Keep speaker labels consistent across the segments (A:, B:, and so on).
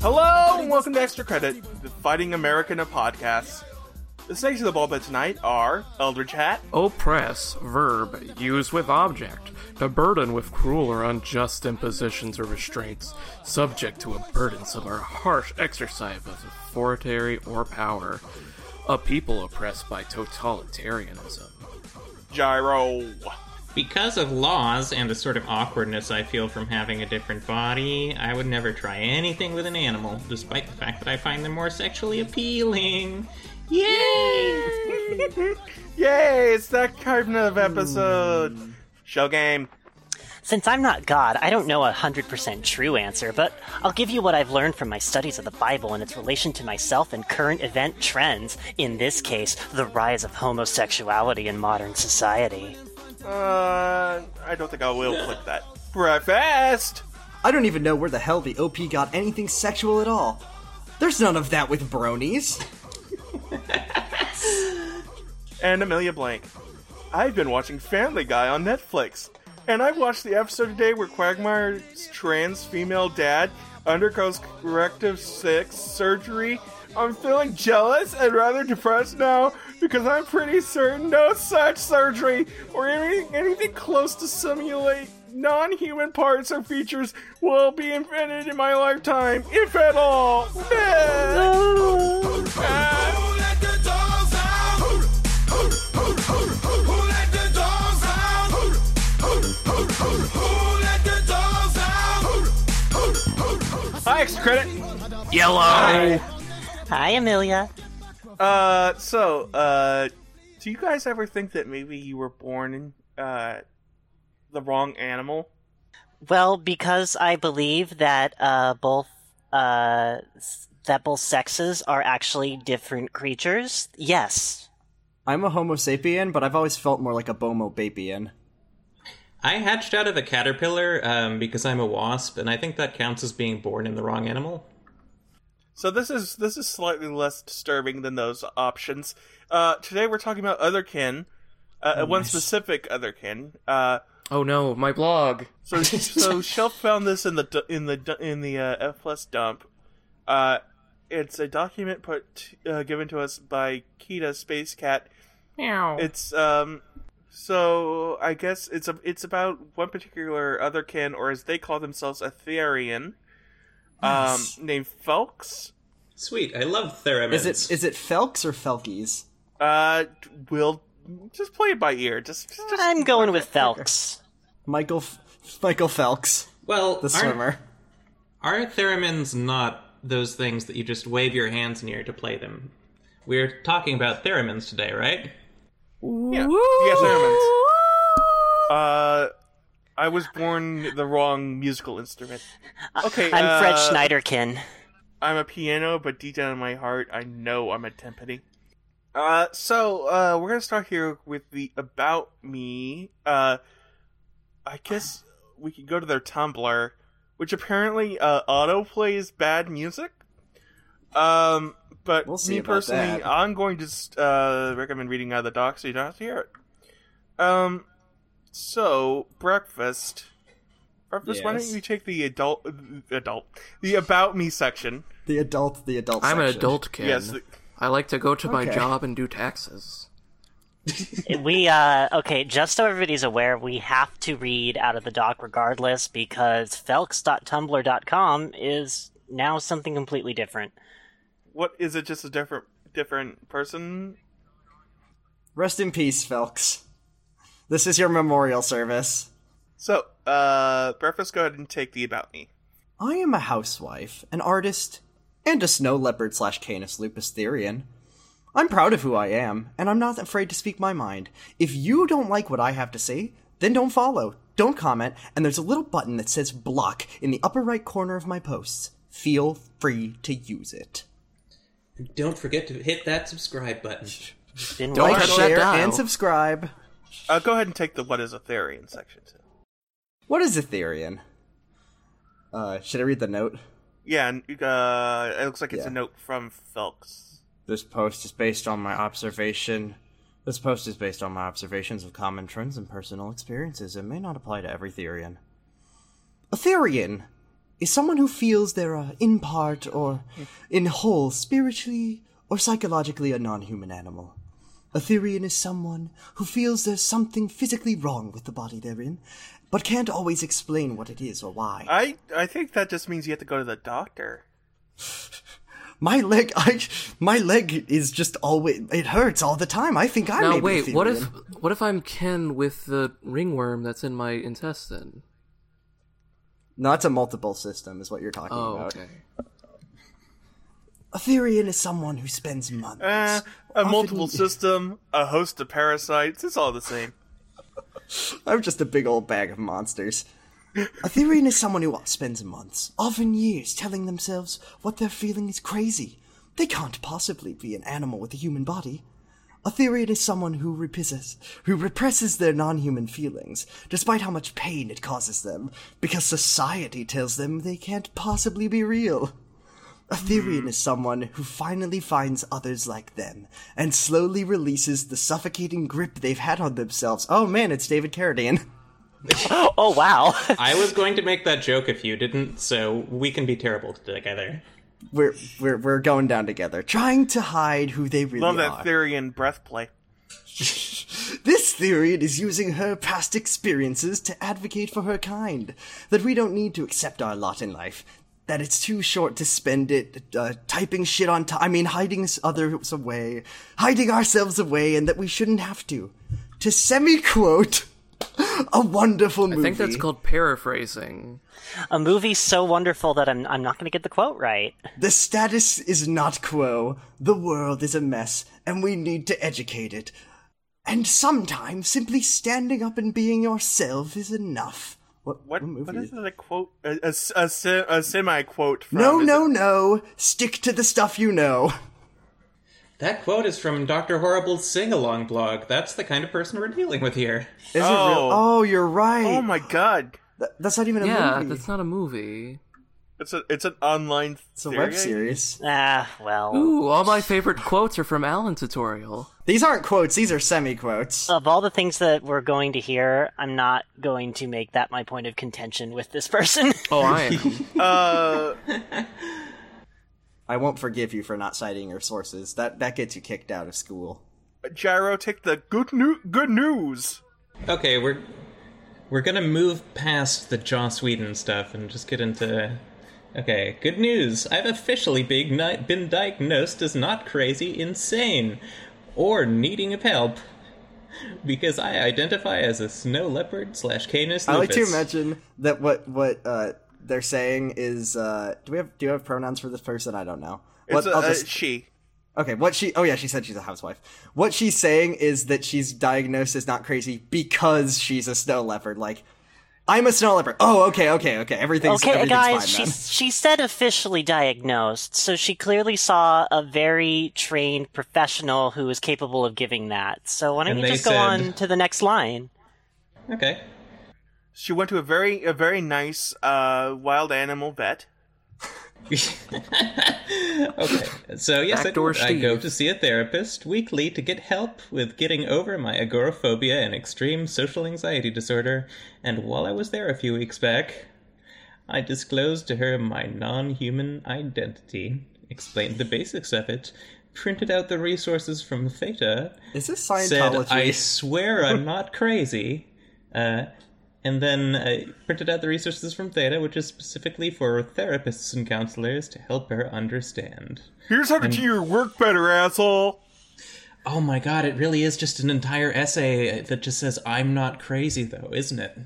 A: Hello and welcome to Extra Credit, the Fighting Americana podcast. The snakes of the ball pit tonight are Eldritch Hat,
B: Oh. Oppress, verb, use with object, to burden with cruel or unjust impositions or restraints, subject to a burdensome or harsh exercise of authority or power, a people oppressed by totalitarianism.
A: Gyro,
C: Because of laws and the sort of awkwardness I feel from having a different body, I would never try anything with an animal, despite the fact that I find them more sexually appealing. Yay!
A: Yay, it's that kind of episode. Show game.
D: Hmm. Since I'm not God, I don't know a 100% true answer, but I'll give you what I've learned from my studies of the Bible and its relation to myself and current event trends, in this case, the rise of homosexuality in modern society.
A: Uh, I don't think I will click that. Breakfast.
E: I don't even know where the hell the OP got anything sexual at all. There's none of that with bronies.
A: and Amelia Blank. I've been watching Family Guy on Netflix, and I watched the episode today where Quagmire's trans female dad undergoes corrective six surgery. I'm feeling jealous and rather depressed now because I'm pretty certain no such surgery or any, anything close to simulate non human parts or features will be invented in my lifetime, if at all.
F: Who let the dogs out? Who let the dogs out? Who let the dogs out?
A: Hi, extra credit.
B: Yellow!
D: Hi, Amelia.
A: Uh, so, uh, do you guys ever think that maybe you were born in, uh, the wrong animal?
D: Well, because I believe that uh, both uh, s- that both sexes are actually different creatures, yes.
E: I'm a Homo sapien, but I've always felt more like a Bomo bapien.
C: I hatched out of a caterpillar um, because I'm a wasp, and I think that counts as being born in the wrong animal.
A: So this is, this is slightly less disturbing than those options. Uh, today we're talking about other kin, uh, one specific other kin. Uh,
B: Oh no, my blog!
A: so, so Shelf found this in the, du- in the, du- in the, uh, F plus dump. Uh, it's a document put, uh, given to us by Kita Space Cat,
B: Meow.
A: It's um so I guess it's a, it's about one particular other kin or as they call themselves a Therian um named Felks.
C: Sweet, I love theremins.
E: Is it is it Felks or Felkies?
A: Uh will just play it by ear. Just, just
D: I'm going with Felks.
E: Michael F- Michael Felks,
C: well,
E: the
C: aren't,
E: swimmer.
C: are theremins not those things that you just wave your hands near to play them? We're talking about theremins today, right?
A: yeah. Yeah, Theremins. Uh I was born the wrong musical instrument. Okay,
D: I'm Fred
A: uh,
D: Schneiderkin.
A: I'm a piano, but deep down in my heart, I know I'm a timpani. Uh, so uh, we're gonna start here with the about me. Uh, I guess we could go to their Tumblr, which apparently uh, auto plays bad music. Um, but
E: We'll see
A: me
E: about
A: personally,
E: that.
A: I'm going to just, uh, recommend reading out of the doc so you don't have to hear it. Um, so breakfast. Breakfast. Why don't
E: Yes.
A: you take the adult, adult, the about me section?
E: The adult, the adult.
B: I'm an
E: section.
B: adult kid.
A: Yes. the-
B: I like to go to my
E: Okay.
B: job and do taxes.
D: we uh okay just so everybody's aware we have to read out of the doc regardless because felks.tumblr.com is now something completely different
A: What is it? Just a different different person?
E: Rest in peace, Felks. This is your memorial service.
A: So, uh, breakfast. Go ahead and take the about me.
E: I am a housewife, an artist, and a snow leopard slash Canis lupus therian. I'm proud of who I am, and I'm not afraid to speak my mind. If you don't like what I have to say, then don't follow, don't comment, and there's a little button that says block in the upper right corner of my posts. Feel free to use it.
C: Don't forget to hit that subscribe button.
D: Didn't
B: Don't
D: like
E: Like,
B: touch
D: it.
B: that
E: share,
B: dial.
E: and subscribe.
A: Uh, go ahead and take the what is a theory in section two.
E: What is a therian? Uh, should I read the note?
A: Yeah, and uh, it looks like it's a
E: Yeah.
A: note from Felks.
E: This post is based on my observation. This post is based on my observations of common trends and personal experiences and may not apply to every Therian. A Therian is someone who feels they're uh, in part or in whole spiritually or psychologically a non human animal. A Therian is someone who feels there's something physically wrong with the body they're in, but can't always explain what it is or why.
A: I I think that just means you have to go to the doctor.
E: my leg, I, my leg is just always, it hurts all the time. I think I
B: Now
E: may be a
B: wait, what if
E: Therian.
B: what if I'm Ken with the ringworm that's in my intestine?
E: No, it's a multiple system, is what you're talking
B: Oh,
E: about.
B: okay.
E: A Therian is someone who spends months.
A: Eh, a
E: often-
A: multiple system, a host of parasites. It's all the same.
E: I'm just a big old bag of monsters. A Therian is someone who spends months, often years, telling themselves what they're feeling is crazy. They can't possibly be an animal with a human body. A Therian is someone who represses, who represses their non-human feelings, despite how much pain it causes them, because society tells them they can't possibly be real. A Therian is someone who finally finds others like them and slowly releases the suffocating grip they've had on themselves. Oh man, it's David Carradine.
D: Oh, wow.
C: I was going to make that joke if you didn't, so we can be terrible together.
E: We're we're we're going down together, trying to hide who they really
A: Love
E: are.
A: that Therian breath play.
E: This Therian is using her past experiences to advocate for her kind. That we don't need to accept our lot in life. That it's too short to spend it uh, typing shit on. T- I mean, hiding s- others away, hiding ourselves away, and that we shouldn't have to. To semi quote a wonderful movie.
B: I think that's called paraphrasing.
D: A movie so wonderful that I'm, I'm not going to get the quote right.
E: The status is not quo. The world is a mess, and we need to educate it. And sometimes simply standing up and being yourself is enough. What,
A: What?
E: movie
A: What
E: is-
A: is that? A quote? A, a, a, se- a semi quote from?
E: No,
A: is
E: no,
A: it-
E: no. Stick to the stuff you know.
C: That quote is from Dr. Horrible's sing along blog. That's the kind of person we're dealing with here.
E: Is oh. it real?
A: Oh.
E: Oh, you're right.
A: Oh my god!
E: Th- that's not even a
B: Yeah,
E: movie.
B: that's not a movie.
A: It's a it's an online.
E: It's a web series.
D: Ah, well.
B: Ooh, all my favorite quotes are from Alan tutorial.
E: These aren't quotes, these are semi quotes.
D: Of all the things that we're going to hear, I'm not going to make that my point of contention with this person.
B: Oh, I am.
A: Uh,
E: I won't forgive you for not citing your sources. That that gets you kicked out of school.
A: Gyro, take the good new good news.
E: Oh.
C: Okay, we're we're gonna move past the Joss Whedon stuff and just get into. Okay, good news. I've officially been ni- been diagnosed as not crazy, insane, or needing of help because I identify as a snow leopard slash Canis lupus.
E: I like to imagine that what what uh, they're saying is uh, do we have do you have pronouns for this person? I don't know. What,
A: It's a,
E: I'll
A: a
E: just-
A: she.
E: okay, what she? Oh yeah, she said she's a housewife. What she's saying is that she's diagnosed as not crazy because she's a snow leopard. Like, I'm a snow leopard. Oh, okay, okay, okay. Everything's
D: Okay,
E: everything's
D: guys,
E: fine,
D: she
E: then.
D: she said officially diagnosed, so she clearly saw a very trained professional who was capable of giving that. So why don't
C: And
D: you
C: they
D: just go on
C: said-
D: to the next line?
C: Okay.
A: She went to a very a very nice uh, wild animal vet.
C: okay. So yes, I,
B: Backdoor
C: did. I go
B: Steve.
C: to see a therapist weekly to get help with getting over my agoraphobia and extreme social anxiety disorder. And while I was there a few weeks back, I disclosed to her my non-human identity, explained the basics of it, printed out the resources from Theta,
E: Is this
C: said,
E: Scientology?
C: "I swear I'm not crazy," uh, and then uh, printed out the resources from Theta, which is specifically for therapists and counselors to help her understand.
A: Here's how to do your work better, asshole.
C: Oh my god, it really is just an entire essay that just says "I'm not crazy," though, isn't it?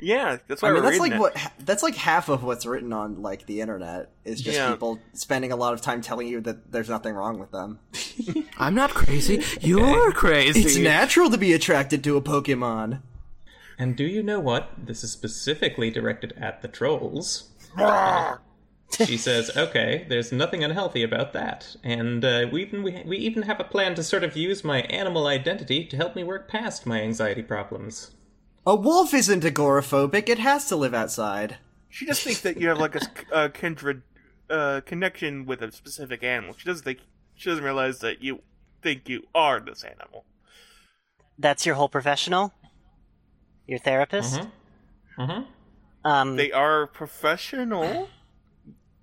A: Yeah, that's why
E: I mean,
A: we're
E: that's
A: reading
E: like
A: it.
E: what ha- that's like half of what's written on like the internet is just
A: Yeah.
E: people spending a lot of time telling you that there's nothing wrong with them.
B: I'm not crazy. You're crazy.
E: It's natural to be attracted to a Pokemon.
C: And do you know what? This is specifically directed at the trolls. she says, "Okay, there's nothing unhealthy about that, and uh, we even we, we even have a plan to sort of use my animal identity to help me work past my anxiety problems."
E: A wolf isn't agoraphobic. It has to live outside.
A: She just thinks that you have like a, s- a kindred uh, connection with a specific animal. She doesn't think she doesn't realize that you think you are this animal.
B: Mm-hmm.
D: That's your whole professional, your therapist.
C: Uh huh.
D: Um,
A: They are professional.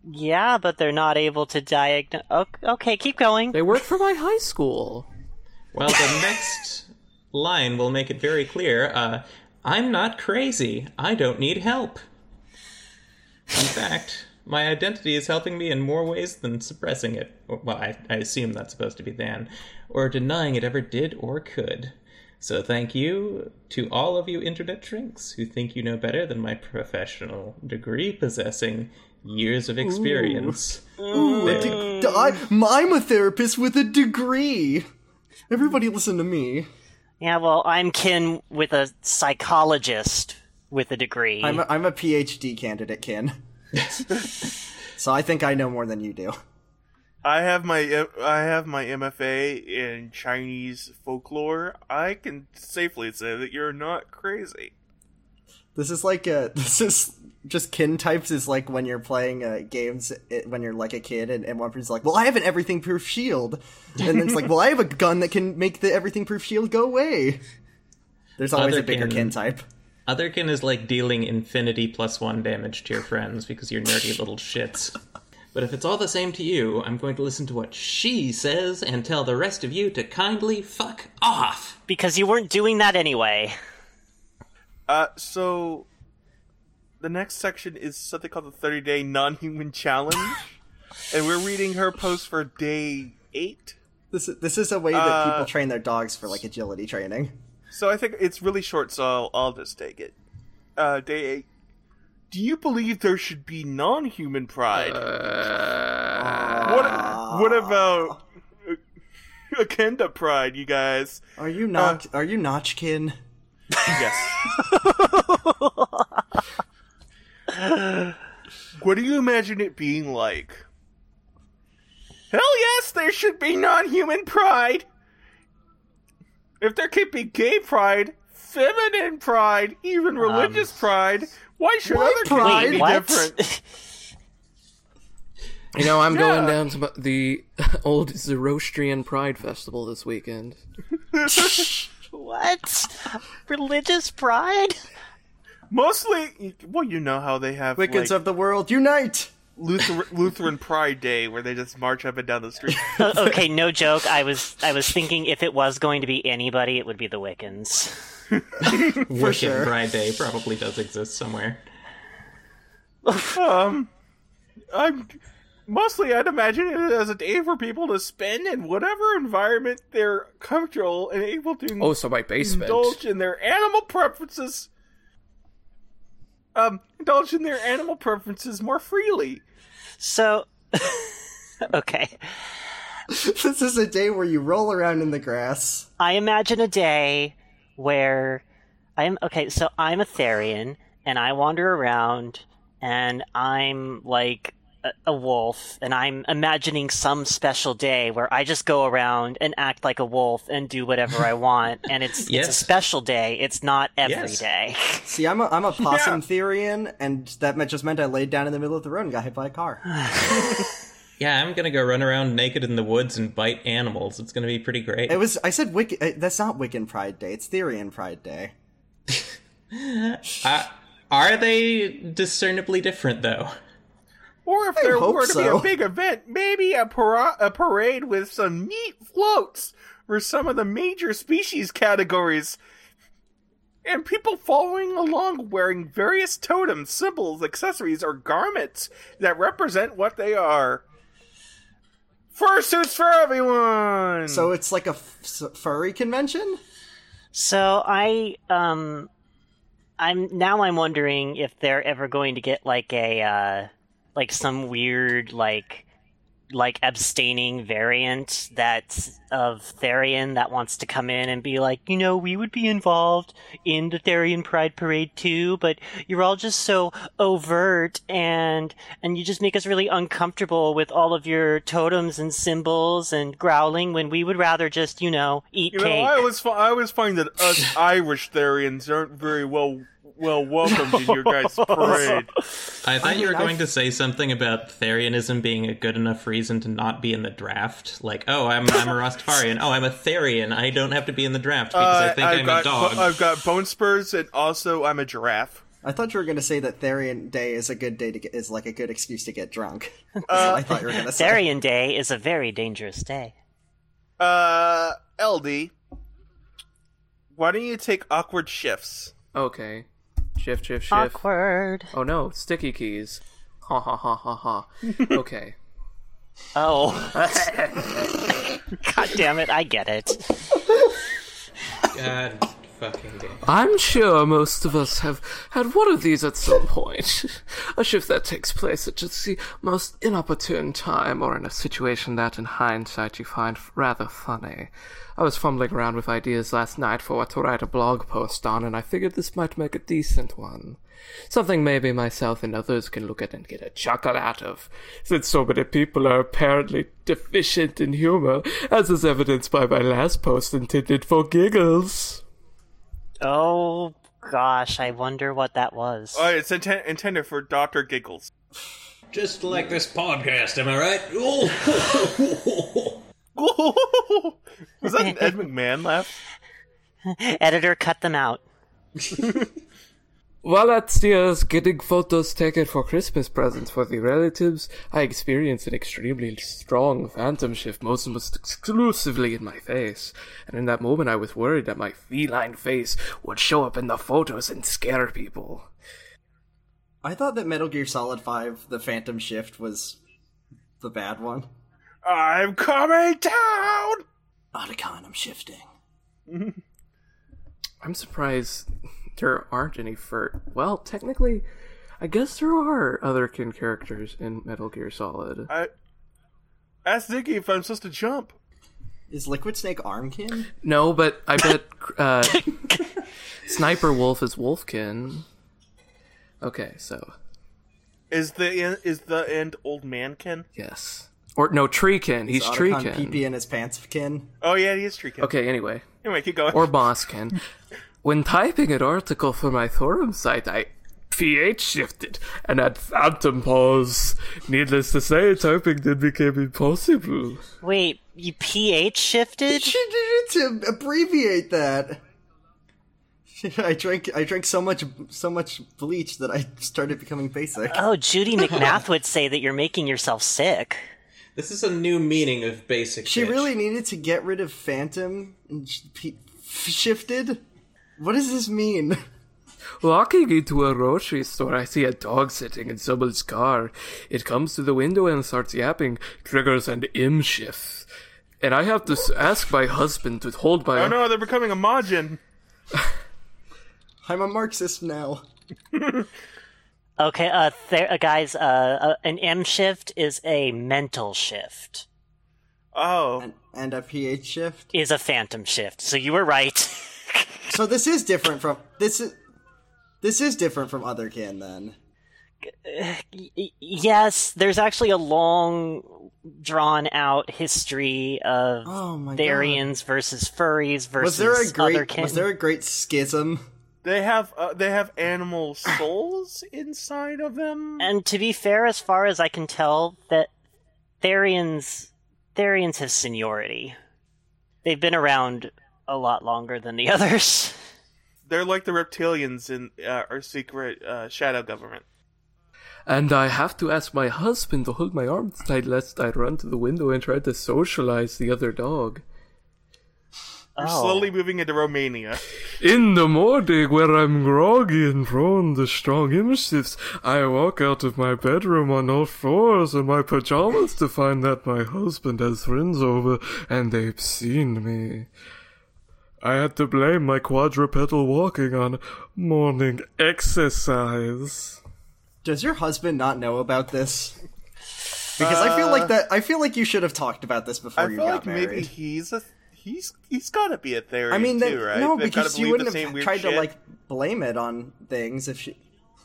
D: yeah, but they're not able to diagnose. Okay, keep going.
B: They work for my high school.
C: Well, the next line will make it very clear. Uh, I'm not crazy. I don't need help. In fact, my identity is helping me in more ways than suppressing it. Well, I, I assume that's supposed to be than, or denying it ever did or could. So thank you to all of you internet shrinks who think you know better than my professional degree possessing years of experience.
E: Ooh, a
A: Mm.
E: de- I, I'm a therapist with a degree. Everybody listen to me.
D: Yeah, well, I'm kin with a psychologist with a degree.
E: I'm a, I'm a PhD candidate, Ken. so I think I know more than you do.
A: I have my I have my MFA in Chinese folklore. I can safely say that you're not crazy.
E: This is like a this is just kin types is like when you're playing uh, games it, when you're like a kid and, and one person's like, well, I have an everything proof shield, and then it's like, well, I have a gun that can make the everything proof shield go away. There's always
C: Other
E: a bigger
C: kin.
E: kin type.
C: Otherkin is like dealing infinity plus one damage to your friends because you're nerdy little shits. But if it's all the same to you, I'm going to listen to what she says and tell the rest of you to kindly fuck off.
D: because you weren't doing that anyway.
A: Uh, so the next section is something called the 30 day non human challenge, and we're reading her post for day eight.
E: This is- this is a way that people train their dogs for like agility training.
A: So I think it's really short, so I'll, I'll just take it. Uh, day eight. Do you believe there should be non human pride?
E: Uh,
A: what, what about Akenda pride, you guys? Uh,
E: Are you not? are you notchkin?
A: Yes. what do you imagine it being like? Hell yes, there should be non human pride! If there could be gay pride, feminine pride, even religious pride, why should other
E: pride?
A: kids be
D: Wait, what?
A: different?
B: You know, I'm going
A: Yeah.
B: down to my- the old Zoroastrian Pride Festival this weekend.
D: what? Religious pride?
A: Mostly, well, you know how they have like,
E: Wiccans of the world, unite!
A: Luther- Lutheran Pride Day where they just march up and down the street.
D: O- okay, no joke. I was I was thinking if it was going to be anybody, it would be the Wiccans.
C: Wicked
E: sure.
C: Pride Day probably does exist somewhere.
A: Um, I'm mostly I'd imagine it as a day for people to spend in whatever environment they're comfortable and able to
B: Oh, so my basement.
A: indulge in their animal preferences. Um, indulge in their animal preferences more freely.
D: So, okay.
E: This is a day where you roll around in the grass.
D: I imagine a day where I'm okay. So I'm a Therian, and I wander around, and I'm like a, a wolf, and I'm imagining some special day where I just go around and act like a wolf and do whatever I want, and it's it's
C: Yes.
D: a special day. It's not every
C: Yes.
D: day.
E: See, I'm a, I'm a possum Therian, and that meant, just meant I laid down in the middle of the road and got hit by a car.
C: Yeah, I'm gonna go run around naked in the woods and bite animals. It's gonna be pretty great.
E: It was I said Wic- uh, that's not Wiccan Pride Day. It's Therian Pride Day.
C: Uh, are they discernibly different though?
A: Or if there
E: hope
A: were to
E: so.
A: be a big event, maybe a, para- a parade with some neat floats for some of the major species categories. And people following along wearing various totems, symbols, accessories, or garments that represent what they are. Fursuits for everyone!
E: So it's like a f- s- furry convention.
D: So I um I'm now I'm wondering if they're ever going to get like a uh like some weird like like abstaining variant that's of Therian that wants to come in and be like, you know, we would be involved in the Therian Pride Parade too, but you're all just so overt and and you just make us really uncomfortable with all of your totems and symbols and growling when we would rather just, you know, eat
A: You know,
D: cake.
A: I always, fi- I always find that us Irish Therians aren't very well well welcomed in your guys' parade.
C: I thought you were
E: mean, I-
C: going to say something about Therianism being a good enough reason to not be in the draft. Like, oh, I'm, I'm a Rastafarian. Oh, I'm a Therian. I don't have to be in the draft because I think
A: have
C: I'm
A: got,
C: a dog.
A: I've got bone spurs, and also I'm a giraffe.
E: I thought you were going to say that Therian Day is a good day to get, is like a good excuse to get drunk. That's what I thought you were going to say.
D: Therian Day is a very dangerous day.
A: Uh, LD, why don't you take awkward shifts?
B: Okay. Shift, shift, shift.
D: Awkward.
B: Oh no, sticky keys. Ha ha ha ha ha. Okay.
D: Oh. God damn it, I get it.
C: God fucking damn.
B: I'm sure most of us have had one of these at some point. A shift that takes place at just the most inopportune time or in a situation that, in hindsight, you find rather funny. I was fumbling around with ideas last night for what to write a blog post on, and I figured this might make a decent one. Something maybe myself and others can look at and get a chuckle out of, since so many people are apparently deficient in humor, as is evidenced by my last post intended for giggles.
D: Oh gosh, I wonder what that was.
A: Oh, it's inten- intended for Doctor Giggles.
C: Just like this podcast, am I right? Oh.
A: Was that an Ed McMahon laugh?
D: Editor, cut them out.
B: While at Sears getting photos taken for Christmas presents for the relatives, I experienced an extremely strong phantom shift, most almost exclusively in my face. And in that moment, I was worried that my feline face would show up in the photos and scare people.
E: I thought that Metal Gear Solid 5 The Phantom Shift was the bad one.
A: I'm coming down.
E: Otacon, I'm shifting.
B: I'm surprised there aren't any fur. Well, technically, I guess there are other kin characters in Metal Gear Solid.
A: I asked Nikki if I'm supposed to jump.
E: Is Liquid Snake Armkin?
B: No, but I bet uh, Sniper Wolf is Wolfkin. Okay, so
A: Is the is the end old mankin?
B: Yes. Or no, Treekin. He's
E: Is
B: Treekin.
E: PP in his pantskin.
A: Oh yeah, he is treekin.
B: Okay, anyway.
A: Anyway, keep going.
B: Or Bosskin. when typing an article for my Thorum site, I pH shifted and had phantom pause. Needless to say, typing then became impossible.
D: Wait, you pH shifted?
E: She did it to abbreviate that. I drank I drank so much so much bleach that I started becoming basic.
D: Oh, Judy McMath would say that you're making yourself sick.
C: This is a new meaning of basic.
E: She
C: bitch.
E: really needed to get rid of Phantom and sh- pe- shifted. What does this mean?
B: Walking into a grocery store, I see a dog sitting in someone's car. It comes to the window and starts yapping, triggers an im shift. And I have to s- ask my husband to hold my.
A: Oh no, they're becoming a Majin.
E: I'm a Marxist now.
D: Okay, uh, ther- uh guys, uh, uh, an M shift is a mental shift,
A: Oh,
E: And, and a pH shift.
D: is a phantom shift. So you were right.
E: So this is different from this is this is different from other can then.
D: Uh, Y- y- yes, there's actually a long, drawn out history of
E: Oh my god.
D: Therians versus furries versus
E: Was there a
D: other
E: great
D: kin.
E: was there a great schism?
A: they have uh, they have animal souls inside of them.
D: And to be fair, as far as I can tell, that Therians Therians have seniority. They've been around a lot longer than the others.
A: They're like the reptilians in uh, our secret uh, shadow government.
B: And I have to ask my husband to hold my arm tight lest I run to the window and try to socialize the other dog.
A: We're
D: Oh.
A: slowly moving into Romania.
B: In the morning, where I'm groggy and prone to strong impulses, I walk out of my bedroom on all fours in my pajamas to find that my husband has friends over and they've seen me. I had to blame my quadrupedal walking on morning exercise.
E: Does your husband not know about this? Because I feel like that I feel like you should have talked about this before
A: I
E: you
A: feel
E: got
A: like
E: married.
A: maybe he's a he's he's got to be a theory.
E: I mean, they,
A: too, right?
E: no,
A: They've gotta
E: because you
A: believe the
E: wouldn't
A: same
E: have
A: weird
E: tried to
A: shit.
E: like blame it on things if she.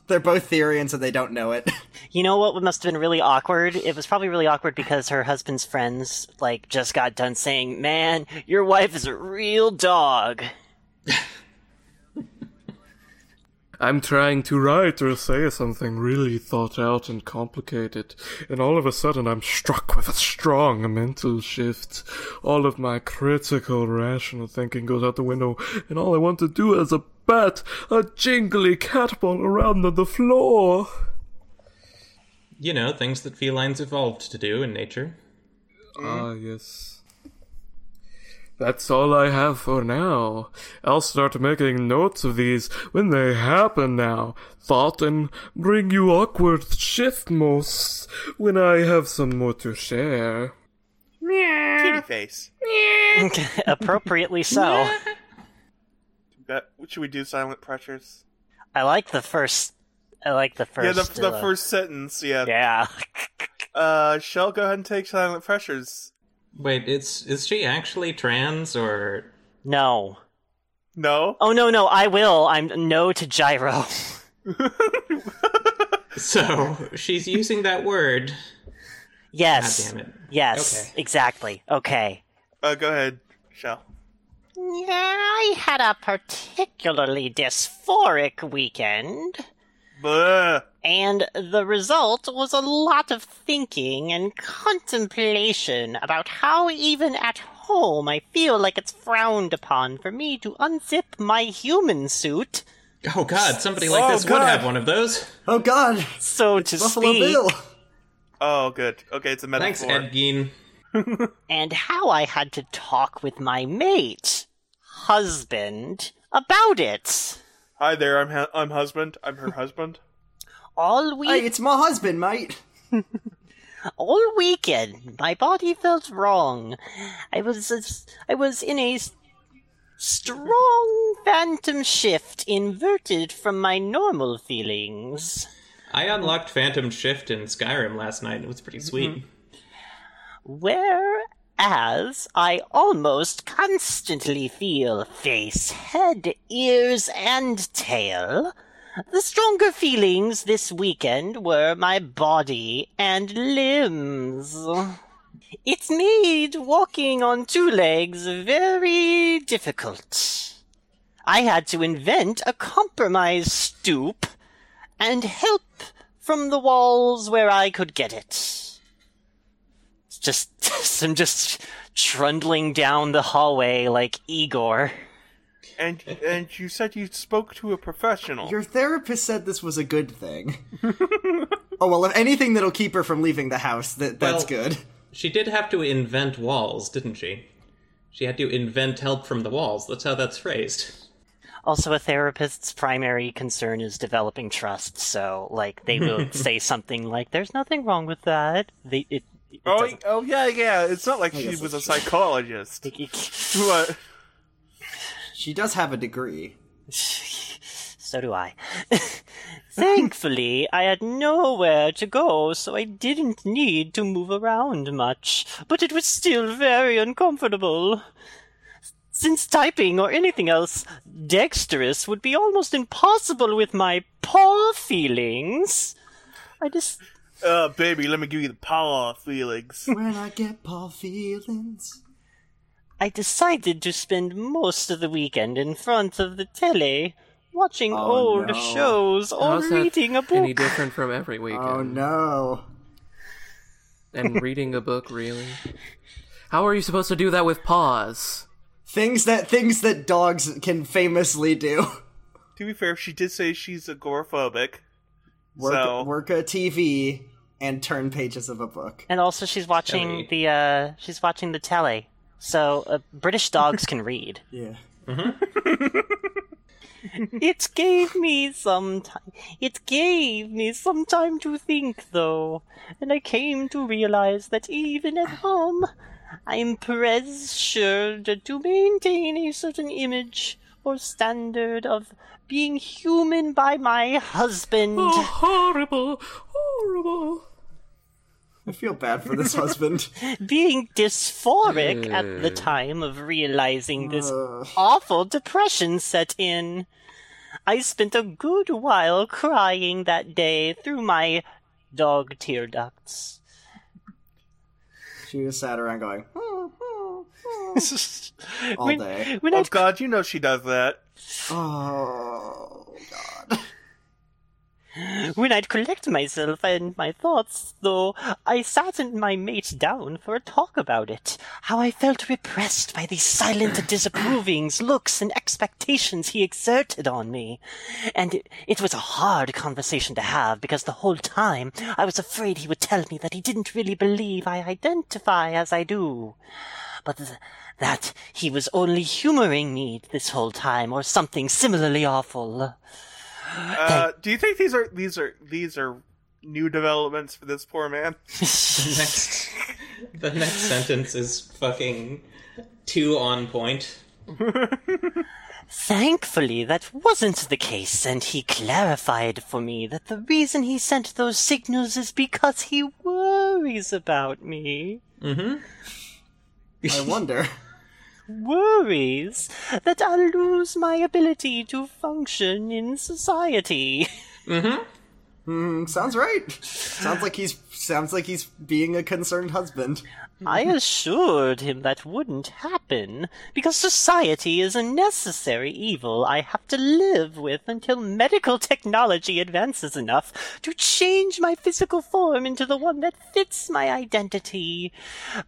E: They're both Therians and they don't know it.
D: You know what must have been really awkward? It was probably really awkward because her husband's friends like just got done saying, "Man, your wife is a real dog."
B: I'm trying to write or say something really thought out and complicated, and all of a sudden I'm struck with a strong mental shift. All of my critical, rational thinking goes out the window, and all I want to do is a bat a jingly catball around on the floor.
C: You know, things that felines evolved to do in nature.
B: Ah, yes. That's all I have for now. I'll start making notes of these when they happen now. Thought and bring you awkward shift most when I have some more to share.
A: Kitty face.
D: Appropriately so.
A: That, should we do silent pressures?
D: I like the first. I like the first.
A: yeah, the, the
D: uh,
A: first sentence. Yeah.
D: Yeah.
A: Uh, Shell, go ahead and take silent pressures.
C: Wait, it's is she actually trans or
D: No.
A: No.
D: Oh no no. I will. I'm no to gyro.
C: so? She's using that word. God
D: Yes.
C: damn it.
D: Yes.
C: Okay.
D: Exactly. Okay.
A: Uh, go ahead, Shell.
D: Yeah, I had a particularly dysphoric weekend.
A: Blah.
D: And the result was a lot of thinking and contemplation about how, even at home, I feel like it's frowned upon for me to unzip my human suit,
C: Oh God, somebody like
A: Oh,
C: this would
A: God.
C: have one of those.
E: Oh God,
D: so to
E: Buffalo
D: speak,
E: Bill.
A: Oh, good. Okay, it's a
C: Thanks,
A: metaphor.
C: Ed Gein.
D: and how I had to talk with my mate, husband, about it.
A: Hi there. I'm hu- I'm husband. I'm her husband.
D: All week,
E: Hey, it's my husband, mate.
D: all weekend, my body felt wrong. I was, I was in a s- strong phantom shift, inverted from my normal feelings.
C: I unlocked Phantom Shift in Skyrim last night. It was pretty sweet.
D: Whereas I almost constantly feel face, head, ears, and tail. The stronger feelings this weekend were my body and limbs. It's made walking on two legs very difficult. I had to invent a compromise stoop and help from the walls where I could get it just some just trundling down the hallway like Igor.
A: And and you said you spoke to a professional.
E: Your therapist said this was a good thing. oh well, if anything that'll keep her from leaving the house, that that's
C: Well-
E: good.
C: She did have to invent walls, didn't she? She had to invent help from the walls. That's how that's phrased.
D: Also, a therapist's primary concern is developing trust, so like they will say something like, "There's nothing wrong with that." They it. it
A: oh,
D: doesn't-
A: oh yeah, yeah. It's not like she was a psychologist. What?
E: She does have a degree.
D: so do I. Thankfully, I had nowhere to go, so I didn't need to move around much, but it was still very uncomfortable. Since typing or anything else dexterous would be almost impossible with my paw feelings, I just.
A: Uh, baby, let me give you the paw feelings.
E: When I get Paul feelings.
D: I decided to spend most of the weekend in front of the telly, watching
E: Oh,
D: old
E: no.
D: shows or
B: How's that
D: reading a book.
B: Any different from every weekend?
E: Oh no.
B: And reading a book, really? How are you supposed to do that with paws?
E: Things that things that dogs can famously do.
A: to be fair, she did say she's agoraphobic.
E: Work
A: So-
E: work a TV and turn pages of a book.
D: And also, she's watching
C: Telly.
D: the uh, she's watching the telly. So uh, British dogs can read.
E: Yeah.
D: It gave me some time. It gave me some time to think, though, and I came to realize that even at home, I'm pressured to maintain a certain image or standard of being human by my husband.
B: Oh, horrible! Horrible!
E: I feel bad for this husband.
D: being dysphoric at the time of realizing this awful depression set in. I spent a good while crying that day through my dog tear ducts.
E: She was sat around going all
D: when,
E: day.
D: When
A: Oh
D: I
A: God, you know she does that.
E: Oh
D: When I'd collect myself and my thoughts, though, I sat and my mate down for a talk about it. How I felt repressed by these silent disapprovings, looks, and expectations he exerted on me. And it, it was a hard conversation to have because the whole time I was afraid he would tell me that he didn't really believe I identify as I do but th- that he was only humoring me this whole time, or something similarly awful.
A: Uh, do you think these are these are these are new developments for this poor man?
C: The next, the next sentence is fucking too on point.
D: Thankfully, that wasn't the case, and he clarified for me that the reason he sent those signals is because he worries about me.
E: Mm-hmm. I wonder.
D: Worries that I'll lose my ability to function in society.
A: Mm-hmm.
E: Mm, sounds right. Sounds like he's sounds like he's being a concerned husband.
D: I assured him that wouldn't happen, because society is a necessary evil I have to live with until medical technology advances enough to change my physical form into the one that fits my identity.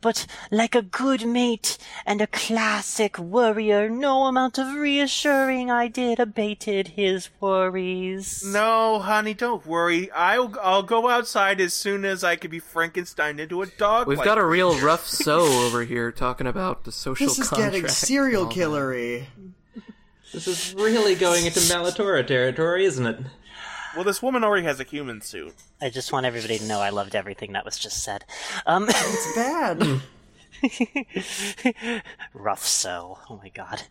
D: But like a good mate and a classic worrier, no amount of reassuring I did abated his worries.
A: No, honey, don't worry. I'll I'll go outside as soon as I can be Frankenstein into a dog.
B: We've got a real rough so over here talking about the social
E: This is
B: contract.
E: getting
B: and
E: serial
B: all that.
E: killery.
C: This is really going into Malatora territory, isn't it?
A: well. This woman already has a human suit.
D: I just want everybody to know I loved everything that was just said. Um.
E: It's bad.
D: Rough so. Oh my god.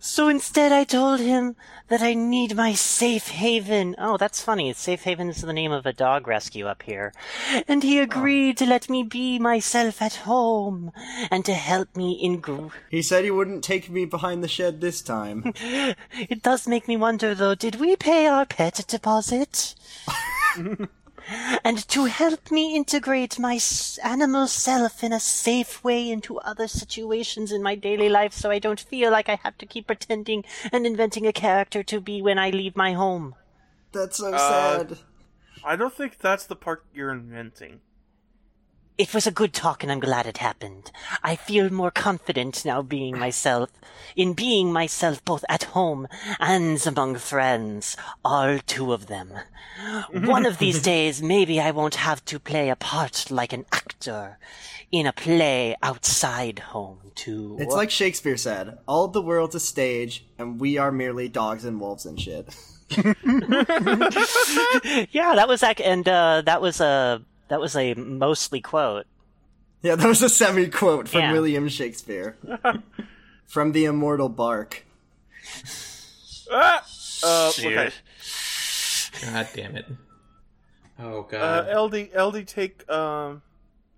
D: So instead, I told him that I need my safe haven. Oh, that's funny. Safe haven is the name of a dog rescue up here. And
E: Oh.
D: he agreed to let me be myself at home Um, and to help me in. Gr-
E: he said he wouldn't take me behind the shed this time.
D: It does make me wonder, though, did we pay our pet deposit? and to help me integrate my s- animal self in a safe way into other situations in my daily life so I don't feel like I have to keep pretending and inventing a character to be when I leave my home.
E: That's so sad.
A: Uh, I don't think that's the part you're inventing.
D: It was a good talk, and I'm glad it happened. I feel more confident now being myself, in being myself both at home and among friends, all two of them. One of these days, maybe I won't have to play a part like an actor in a play outside home, too.
E: It's like Shakespeare said, all the world's a stage, and we are merely dogs and wolves and shit.
D: yeah, that was ac and uh, that was a that was a mostly quote.
E: Yeah, that was a semi quote from
D: Yeah.
E: William Shakespeare. from the immortal bark.
A: Ah! Uh, okay.
C: God damn it. Oh
A: Uh,
C: god.
A: LD LD take um,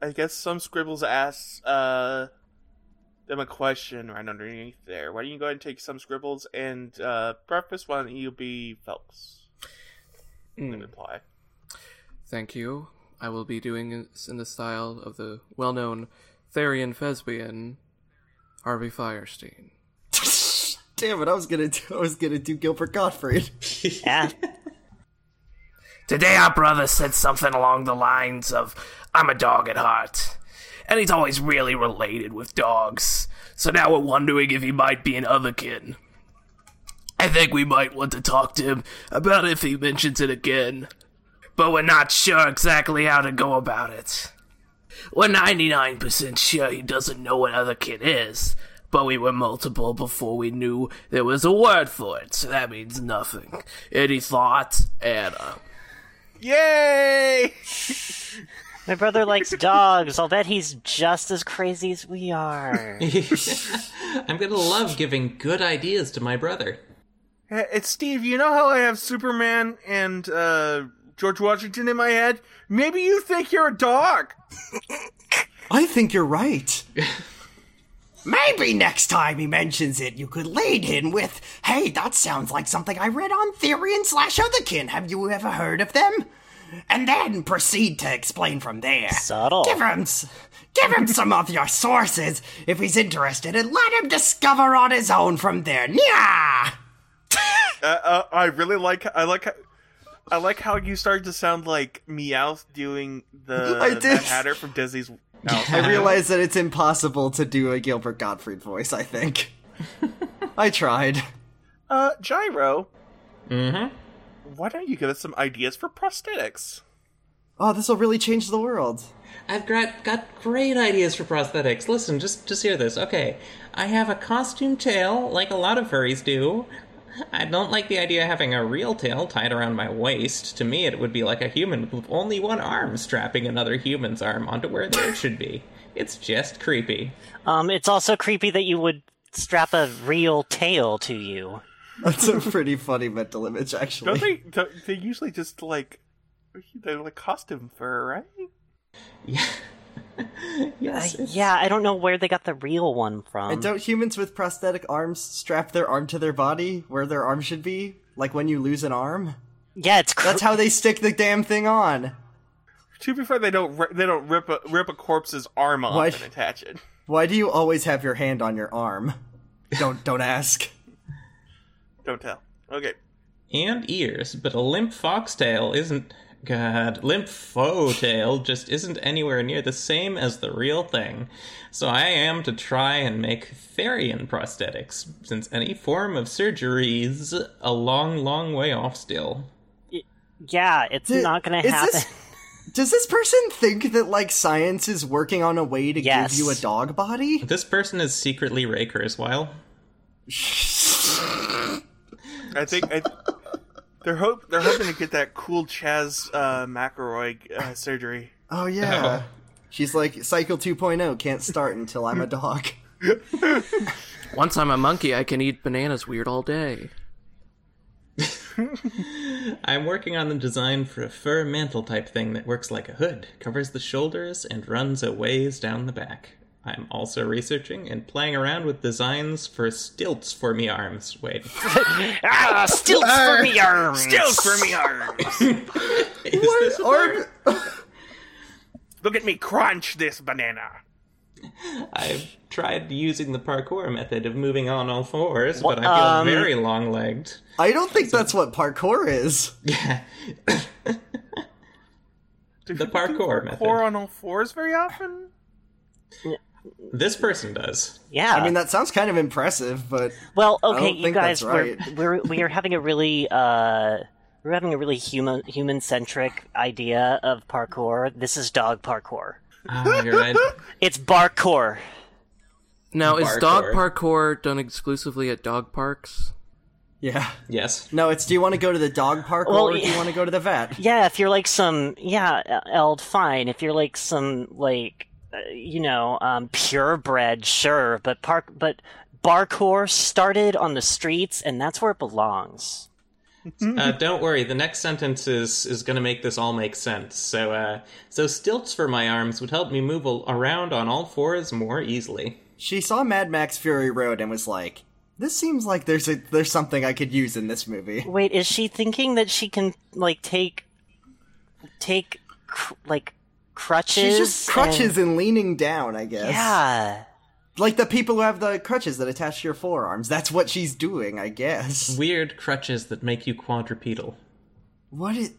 A: I guess some scribbles asks uh them a question right underneath there. Why don't you go ahead and take some scribbles and uh preface why don't you be Phelps?
B: Hmm.
A: And reply.
B: Mm. Thank you. I will be doing this in the style of the well known Therian Fesbian, Harvey Firestein.
E: Damn it, I was gonna do, I was gonna do Gilbert Gottfried.
D: Yeah,
G: Today, our brother said something along the lines of, I'm a dog at heart. And he's always really related with dogs. So now we're wondering if he might be an other kin. I think we might want to talk to him about if he mentions it again. But we're not sure exactly how to go about it. We're 99% sure he doesn't know what other kin is, but we were multiple before we knew there was a word for it, so that means nothing. Any thoughts, Anna?
A: Yay!
D: my brother likes dogs. I'll bet he's just as crazy as we are.
C: I'm gonna love giving good ideas to my brother.
A: Hey, It's Steve. You know how I have Superman and uh, George Washington in my head? Maybe you think you're a dog.
E: I think you're right. Maybe next time he mentions it, you could lead him with, "Hey, that sounds like something I read on Therian slash Otherkin. Have you ever heard of them?" And then proceed to explain from there.
D: Subtle.
E: Give him, s- give him some of your sources if he's interested, and let him discover on his own from there. Yeah.
A: Uh, uh, I really like. I like. how- I like how you started to sound like Meowth doing the,
E: I did.
A: the Hatter from Disney's House.
E: I realize that it's impossible to do a Gilbert Gottfried voice, I think. I tried.
A: Uh, Gyro,
C: Mm-hmm.
A: why don't you give us some ideas for prosthetics?
E: Oh, this will really change the world.
C: I've got got great ideas for prosthetics. Listen, just just hear this. Okay, I have a costume tail, like a lot of furries do. I don't like the idea of having a real tail tied around my waist. To me, it would be like a human with only one arm strapping another human's arm onto where theirs should be. It's just creepy.
D: Um, it's also creepy that you would strap a real tail to you. Uh,
E: That's a pretty funny mental image,
A: Don't
E: actually.
A: they? don't- They usually just like they're like costume fur, right?
C: Yeah.
D: I,
C: yes. it's-
D: yeah, I don't know where they got the real one from.
A: Um,
E: And don't humans with prosthetic arms strap their arm to their body where their arm should be? Like when you lose an arm?
D: yeah, it's cr-
E: That's how they stick the damn thing on.
A: To be fair, they don't. ri- They don't rip a rip a corpse's arm off
E: What?
A: and attach it.
E: Why do you always have your hand on your arm? Don't don't ask.
A: Don't tell. Okay.
C: and ears, but a limp foxtail isn't. God, limp faux tail just isn't anywhere near the same as the real thing. So I am to try and make Therian prosthetics, since any form of surgery's a long, long way off still.
D: yeah, it's
E: Th-
D: not gonna
E: is
D: happen.
E: this- Does this person think that like science is working on a way to
D: Yes.
E: give you a dog body?
C: This person is secretly Ray Kurzweil.
A: I think I, they're hope they're hoping to get that cool Chaz uh, McElroy uh, surgery.
E: Oh yeah. She's like cycle 2.0 can't start until I'm a dog.
B: Once I'm a monkey, I can eat bananas weird all day.
C: I'm working on the design for a fur mantle type thing that works like a hood, covers the shoulders, and runs a ways down the back. I'm also researching and playing around with designs for stilts for me arms. Wait,
F: Uh,
D: ah, stilts for me arms.
G: for me arms.
C: is this a
E: Arm-
C: fur?
A: Look at me crunch this banana.
C: I've tried using the parkour method of moving on all fours, but I feel
D: um,
C: very long-legged.
E: I don't think that's what parkour is.
C: Yeah,
A: Did
C: The
A: people do
C: parkour method.
A: Parkour on all fours very often.
C: this person does.
D: Yeah,
E: I mean that sounds kind of impressive, but
D: Well,
E: don't
D: okay, you
E: think
D: guys,
E: that's right.
D: we're we're we are having a really uh, we're having a really human human centric idea of parkour. This is dog parkour.
C: Ah, you're right.
D: It's barkour.
B: Now, is dog
C: Parkour.
B: parkour done exclusively at dog parks?
E: yeah.
C: Yes.
E: No, it's do you want to go to the dog park
D: Well,
E: or do
D: yeah.
E: you want to go to the vet?
D: Yeah, if you're like some yeah eld fine. If you're like some like uh, you know um, purebred, sure, but park but barkour started on the streets, and that's where it belongs.
C: Uh, don't worry. The next sentence is is going to make this all make sense. So, uh, so stilts for my arms would help me move al- around on all fours more easily.
E: She saw Mad Max Fury Road and was like, "This seems like there's a there's something I could use in this movie."
D: Wait, is she thinking that she can like take take cr- like crutches?
E: She's just
D: and-
E: crutches and leaning down, I guess.
D: Yeah.
E: Like the people who have the crutches that attach to your forearms. That's what she's doing, I guess.
C: Weird crutches that make you quadrupedal.
E: What is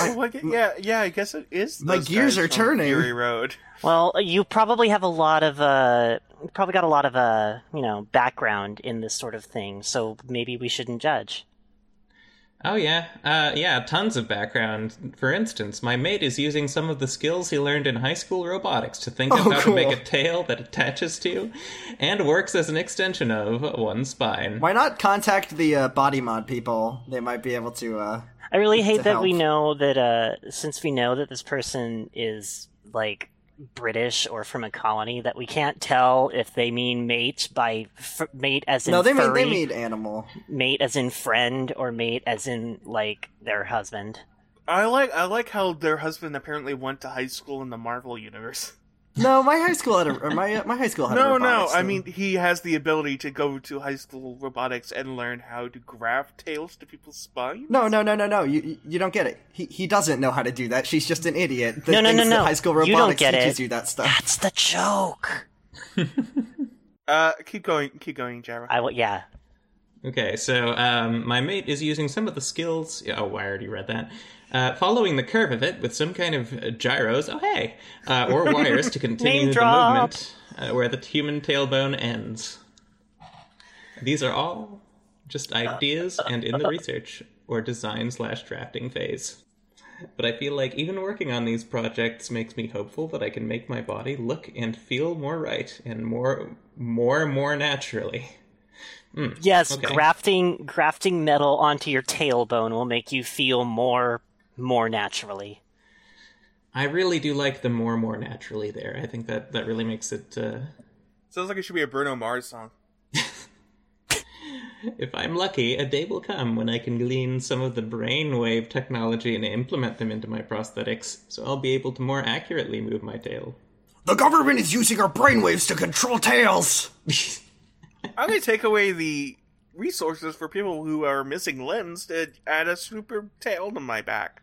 A: Oh, like, yeah, yeah. I guess it is.
E: My
A: those
E: gears
A: guys
E: are
A: from
E: turning.
A: Fury Road.
D: Well, you probably have a lot of uh you probably got a lot of uh, you know, background in this sort of thing, so maybe we shouldn't judge.
C: Oh yeah, uh, yeah, tons of background. For instance, my mate is using some of the skills he learned in high school robotics to think of
E: Oh,
C: how to
E: cool.
C: make a tail that attaches to and works as an extension of one spine.
E: Why not contact the uh, body mod people? They might be able to uh
D: I really hate
E: To
D: that we
E: help.
D: know that uh since we know that this person is like British or from a colony that we can't tell if they mean mate by f- mate as in
E: No, they mean
D: furry,
E: they mean animal.
D: mate as in friend or mate as in like their husband.
A: I like I like how their husband apparently went to high school in the Marvel universe.
E: No, my high school had a or my my high school had a
A: No, no.
E: robotics
A: I
E: team.
A: mean, he has the ability to go to high school robotics and learn how to graft tails to people's spines.
E: No, no, no, no, no. You you- you don't get it. He he doesn't know how to do that. She's just an idiot. The
D: No, no, no,
E: things that
D: no.
E: High school
D: You don't
E: robotics
D: get
E: teaches
D: it.
E: you that stuff.
D: That's the joke.
A: Uh, keep going, keep going, Jared.
D: I w- yeah.
C: Okay, so um, my mate is using some of the skills. Oh, I already read that. Uh, following the curve of it with some kind of uh, gyros. Oh, hey, uh, or wires to continue
D: Name
C: the
D: drop.
C: movement uh, where the human tailbone ends. These are all just ideas and in the research or design slash drafting phase. But I feel like even working on these projects makes me hopeful that I can make my body look and feel more right and more, more, more naturally. Hmm,
D: Yes,
C: Okay.
D: grafting grafting metal onto your tailbone will make you feel more more naturally.
C: I really do like the more more naturally there. I think that that really makes it. Uh,
A: Sounds like it should be a Bruno Mars song.
C: if I'm lucky, a day will come when I can glean some of the brainwave technology and implement them into my prosthetics, so I'll be able to more accurately move my tail.
E: The government is using our brainwaves to control tails!
A: I'm gonna take away the resources for people who are missing limbs to add a super tail to my back.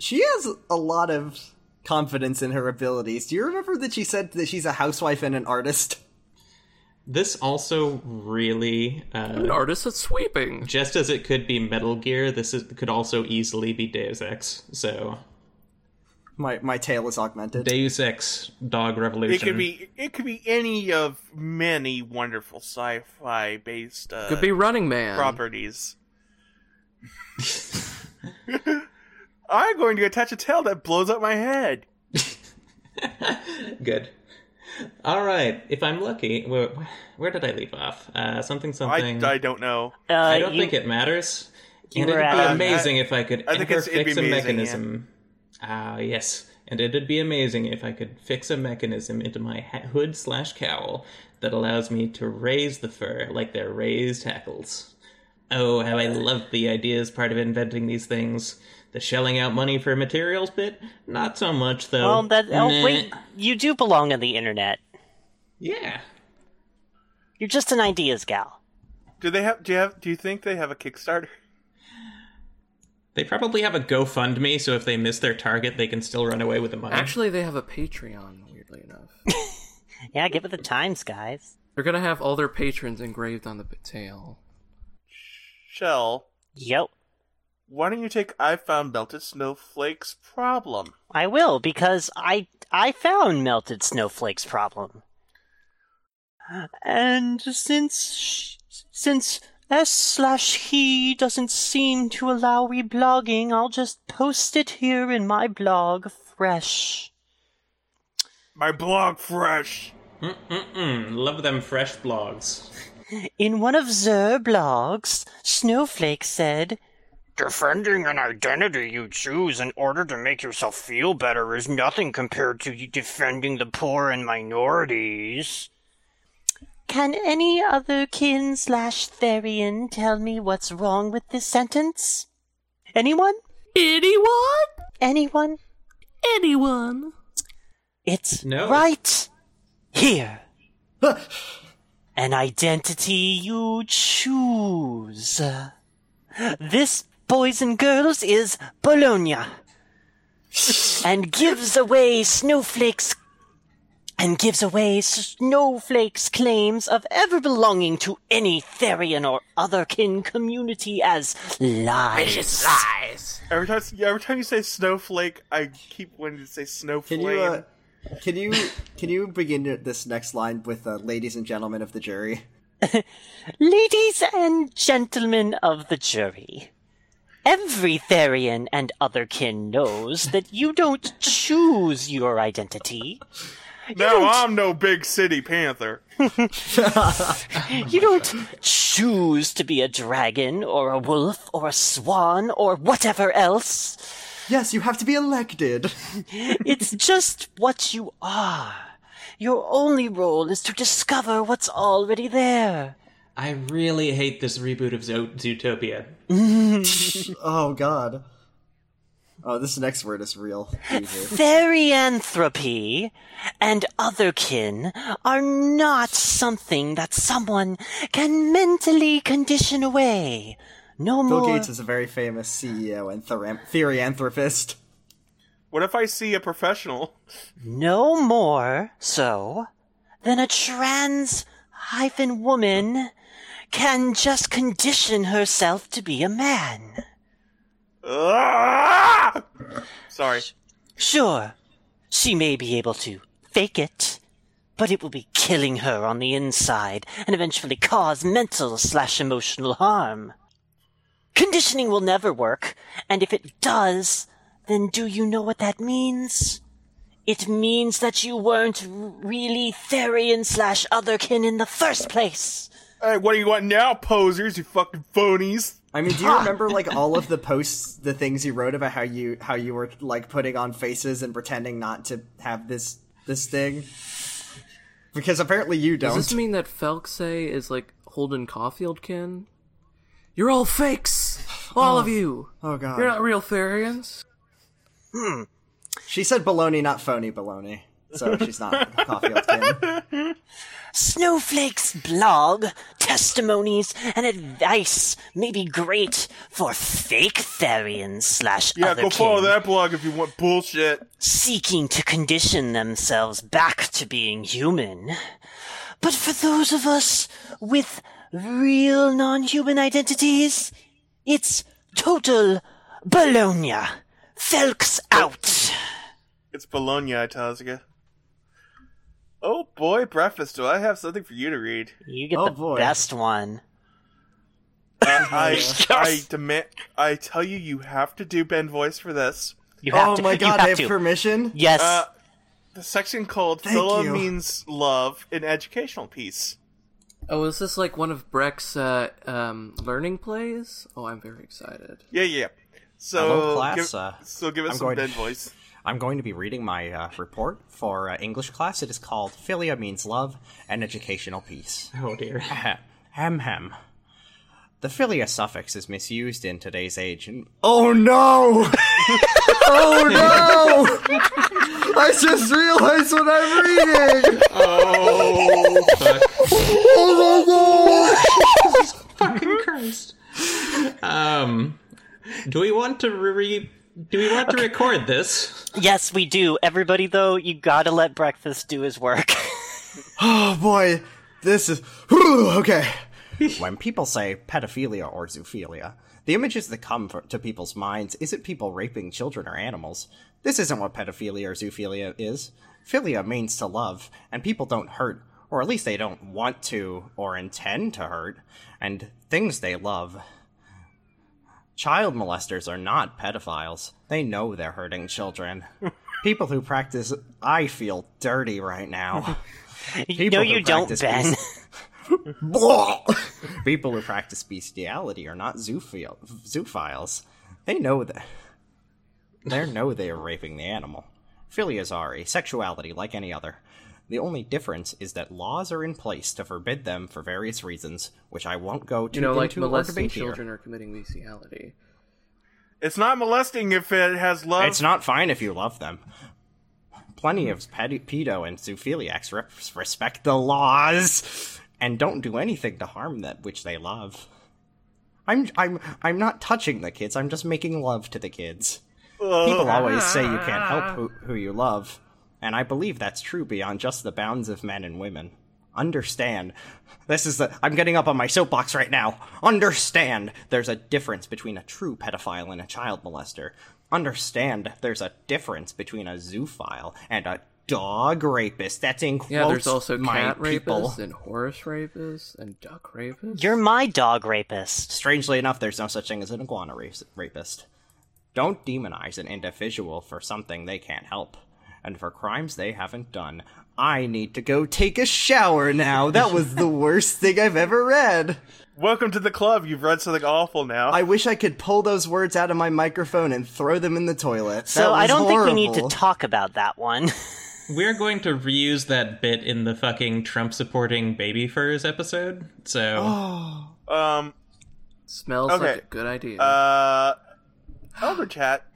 E: She has a lot of confidence in her abilities. Do you remember that she said that she's a housewife and an artist?
C: This also really, uh,
B: An artist at sweeping.
C: just as it could be Metal Gear, this is, could also easily be Deus Ex. So
E: My my tail is augmented.
C: Deus Ex Dog Revolution.
A: It could be it could be any of many wonderful sci-fi based uh,
B: Could be Running Man.
A: properties. I'm going to attach a tail that blows up my head.
C: Good. All right. If I'm lucky, where, where did I leave off? Uh, something,
A: I,
C: something.
A: I don't know.
D: Uh,
C: I don't
D: you-
C: think it matters.
D: you
C: And it'd
D: were
C: be
D: at-
C: amazing if I could
A: I think
C: ever
A: it's- it'd
C: fix
A: be
C: a
A: amazing,
C: mechanism. Ah, yes. And it'd be amazing if I could fix a mechanism into my ha- hood slash cowl that allows me to raise the fur like they're raised hackles. Oh, how I love the ideas part of inventing these things. The shelling out money for materials bit? Not so much, though.
D: Well, that oh,
C: Nah.
D: wait, you do belong on the internet.
C: Yeah.
D: You're just an ideas gal.
A: Do they have? Do you have? Do you think they have a Kickstarter?
C: They probably have a GoFundMe, so if they miss their target, they can still run away with the money.
B: Actually, they have a Patreon, weirdly enough.
D: Yeah, give it the times, guys.
B: They're gonna have all their patrons engraved on the tail.
A: Shell,
D: Yo,
A: why don't you take I found melted snowflakes problem?
D: I will because I I found melted snowflakes problem. And since sh- since s slash he doesn't seem to allow reblogging, I'll just post it here in my blog fresh.
A: My blog fresh.
C: Mm-mm-mm. Love them fresh blogs.
D: In one of their blogs, Snowflake said, Defending an identity you choose in order to make yourself feel better is nothing compared to defending the poor and minorities. Can any other kin slash Therian tell me what's wrong with this sentence? Anyone?
B: Anyone?
D: Anyone?
B: Anyone?
D: It's
C: No.
D: right here. An identity you choose. This, boys and girls, is Bologna. and gives away snowflakes. And gives away snowflakes' claims of ever belonging to any Therian or other kin community as lies.
G: Lies.
A: Every time, every time you say snowflake, I keep wanting to say snowflake.
E: Can you uh, can you can you begin this next line with uh, ladies and gentlemen of the jury?
D: Ladies and gentlemen of the jury, every Therian and other kin knows that you don't choose your identity.
A: no, I'm no big city panther.
D: You don't choose to be a dragon or a wolf or a swan or whatever else.
E: Yes, you have to be elected.
D: It's just what you are. Your only role is to discover what's already there.
C: I really hate this reboot of Zo- Zootopia.
E: Oh God. Oh, this next word is real. easy.
D: Therianthropy and other kin are not something that someone can mentally condition away. No
E: Bill
D: more.
E: Gates is a very famous
H: E
E: CEO and theram- theoranthropist.
A: What if I see a professional?
D: no more so than a trans hyphen woman can just condition herself to be a man.
A: Ah! Sorry.
D: Sure, she may be able to fake it, but it will be killing her on the inside and eventually cause mental slash emotional harm. Conditioning will never work, and if it does, then do you know what that means? It means that you weren't really Therian slash otherkin in the first place.
A: Hey, what do you want now, posers? You fucking phonies.
H: I mean, do you remember like all of the posts, the things you wrote about how you how you were like putting on faces and pretending not to have this this thing? Because apparently you don't.
B: Does this mean that Felxe is like Holden Caulfield kin? You're all fakes! All of you!
H: oh god,
B: You're not real Therians.
H: she said baloney, not phony baloney. So she's not Caulfield kin.
D: Snowflake's blog, testimonies, and advice may be great for fake Therians slash
A: Yeah,
D: other
A: go follow
D: kin
A: that blog if you want bullshit.
D: seeking to condition themselves back to being human. But for those of us with real non-human identities, it's total baloney. Felks out.
A: It's Bologna, Itazga. Oh boy, breakfast. Do I have something for you to read?
D: You get
H: Oh,
D: the
H: boy.
D: best one.
A: Uh, I, I demand. I tell you, you have to do Ben voice for this.
D: You have
H: Oh
D: to.
H: my
D: you
H: god,
D: have
H: I have
D: to.
H: permission.
D: yes.
A: Uh, the section called
H: Thank
A: "Philo
H: you.
A: Means Love" an educational piece.
B: Oh, is this like one of Breck's uh, um, learning plays? Oh, I'm very excited.
A: Yeah, yeah.
H: Hello,
A: So,
H: class,
A: give,
H: uh,
A: so give us
H: I'm
A: some
H: going-
A: Ben voice.
H: I'm going to be reading my uh, report for uh, English class. It is called "Philia Means Love: An Educational Piece."
C: Oh dear.
H: Hem hem. The philia suffix is misused in today's age. And- oh no! oh no! I just realized what I'm reading.
C: Oh fuck.
H: Oh
C: fucking cursed. Um, do we want to re? Do we want to record this?
D: yes, we do. Everybody, though, you gotta let breakfast do his work.
I: Oh,
H: boy, this is whew, okay. when people say pedophilia or zoophilia, the images that come fro- to people's minds isn't people raping children or animals. This isn't what pedophilia or zoophilia is. Philia means to love, and people don't hurt, or at least they don't want to or intend to hurt, and things they love. Child molesters are not pedophiles. They know they're hurting children. people who practice I feel dirty right now.
D: no,
H: People who
D: you don't,
H: practice
D: Ben.
H: People who practice bestiality are not zoophil- zoophiles. They know that. They know they are raping the animal. Philias are a sexuality like any other. The only difference is that laws are in place to forbid them for various reasons, which I won't go too
B: You know, like
H: into or
B: molesting
H: debate
B: children
H: here.
B: or committing bestiality.
A: It's not molesting if it has love.
H: It's not fine if you love them. Plenty of pedi- pedo and zoophiliacs re- respect the laws and don't do anything to harm that which they love. I'm I'm I'm not touching the kids. I'm just making love to the kids.
D: Oh.
H: People always say you can't help who, who you love, and I believe that's true beyond just the bounds of men and women. Understand. This is the. I'm getting up on my soapbox right now. Understand there's a difference between a true pedophile and a child molester. Understand there's a difference between a zoophile and a dog rapist. That's in quotes.
B: Yeah, there's also
H: my
B: cat
H: people.
B: rapists and horse rapists and duck rapists.
D: You're my dog rapist.
H: Strangely enough, there's no such thing as an iguana ra- rapist. Don't demonize an individual for something they can't help, and for crimes they haven't done. I need to go take a shower now. That was the worst thing I've ever read.
A: Welcome to the club. You've read something awful now.
H: I wish I could pull those words out of my microphone and throw them in the toilet. That
D: So I
H: was
D: don't think we need to
H: horrible.
D: talk about that one.
C: We're going to reuse that bit in the fucking Trump supporting baby furs episode. So
H: Oh.
A: um.
B: Smells
A: Okay.
B: like a good idea.
A: Uh. Over chat.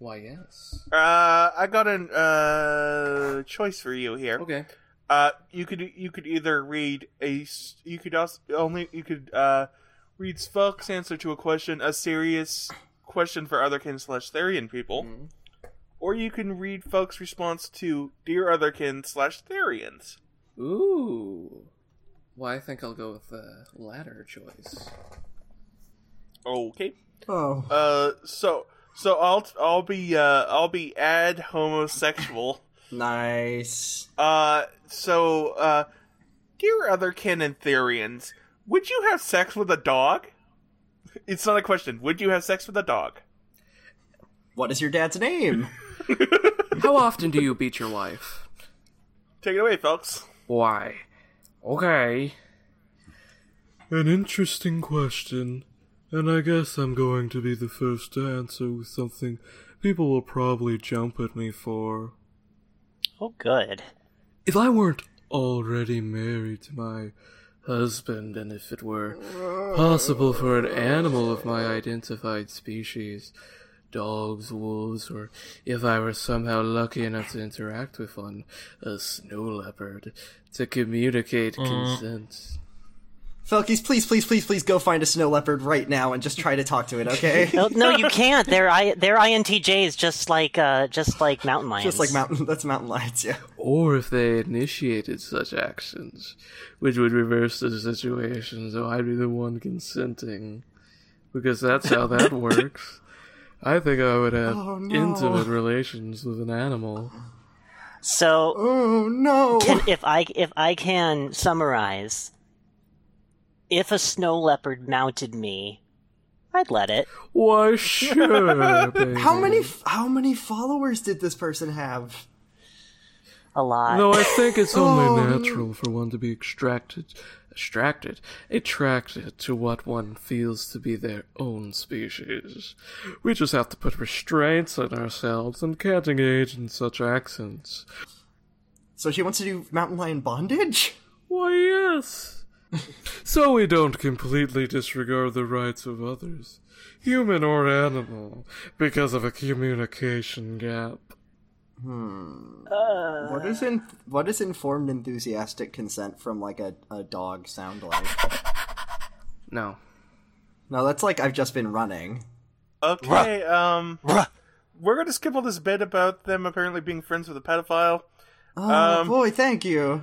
B: Why, yes.
A: Uh, I got an uh choice for you here.
B: Okay.
A: Uh, you could you could either read a s- you could also only you could uh read Svelk's answer to a question, a serious question for otherkin slash Therian people,
B: Mm-hmm.
A: or you can read folks' response to dear otherkin slash Therians.
B: Ooh. Well, I think I'll go with the latter choice.
A: Okay.
E: Oh.
A: Uh, so so I'll I'll be uh I'll be ad homosexual.
E: Nice.
A: Uh, so uh, dear other kin and Therians, would you have sex with a dog? It's not a question. Would you have sex with a dog?
E: What is your dad's name?
B: How often do you beat your wife?
A: Take it away, folks.
G: Why? Okay.
B: An interesting question, and I guess I'm going to be the first to answer with something people will probably jump at me for.
D: Oh, good.
B: If I weren't already married to my husband, and if it were possible for an animal of my identified species, dogs, wolves, or if I were somehow lucky enough to interact with one, a snow leopard, to communicate consent.
E: Felkis, please, please, please, please go find a snow leopard right now and just try to talk to it, okay?
D: No, no, you can't. They're I, they're INTJs, just like uh, just like mountain lions.
E: Just like mountain, that's mountain lions, yeah.
B: Or if they initiated such actions, which would reverse the situation, so I'd be the one consenting. Because that's how that works. I think I would have intimate relations with an animal.
D: So
E: Oh no.
D: if I if I can summarize, if a snow leopard mounted me, I'd let it.
B: Why, sure. baby.
E: How many, how many followers did this person have?
D: A lot.
B: Though I think it's only natural for one to be extracted, extracted, attracted to what one feels to be their own species. We just have to put restraints on ourselves and can't engage in such actions.
E: So she wants to do mountain lion bondage?
B: Why, yes. so we don't completely disregard the rights of others, human or animal, because of a communication gap.
D: Uh.
E: What is in, what is informed enthusiastic consent from like a, a dog sound like?
B: No.
E: No, that's like I've just been running.
A: Okay. Um, we're gonna skip all this bit about them apparently being friends with a pedophile.
E: Oh
A: Um,
E: boy, thank you.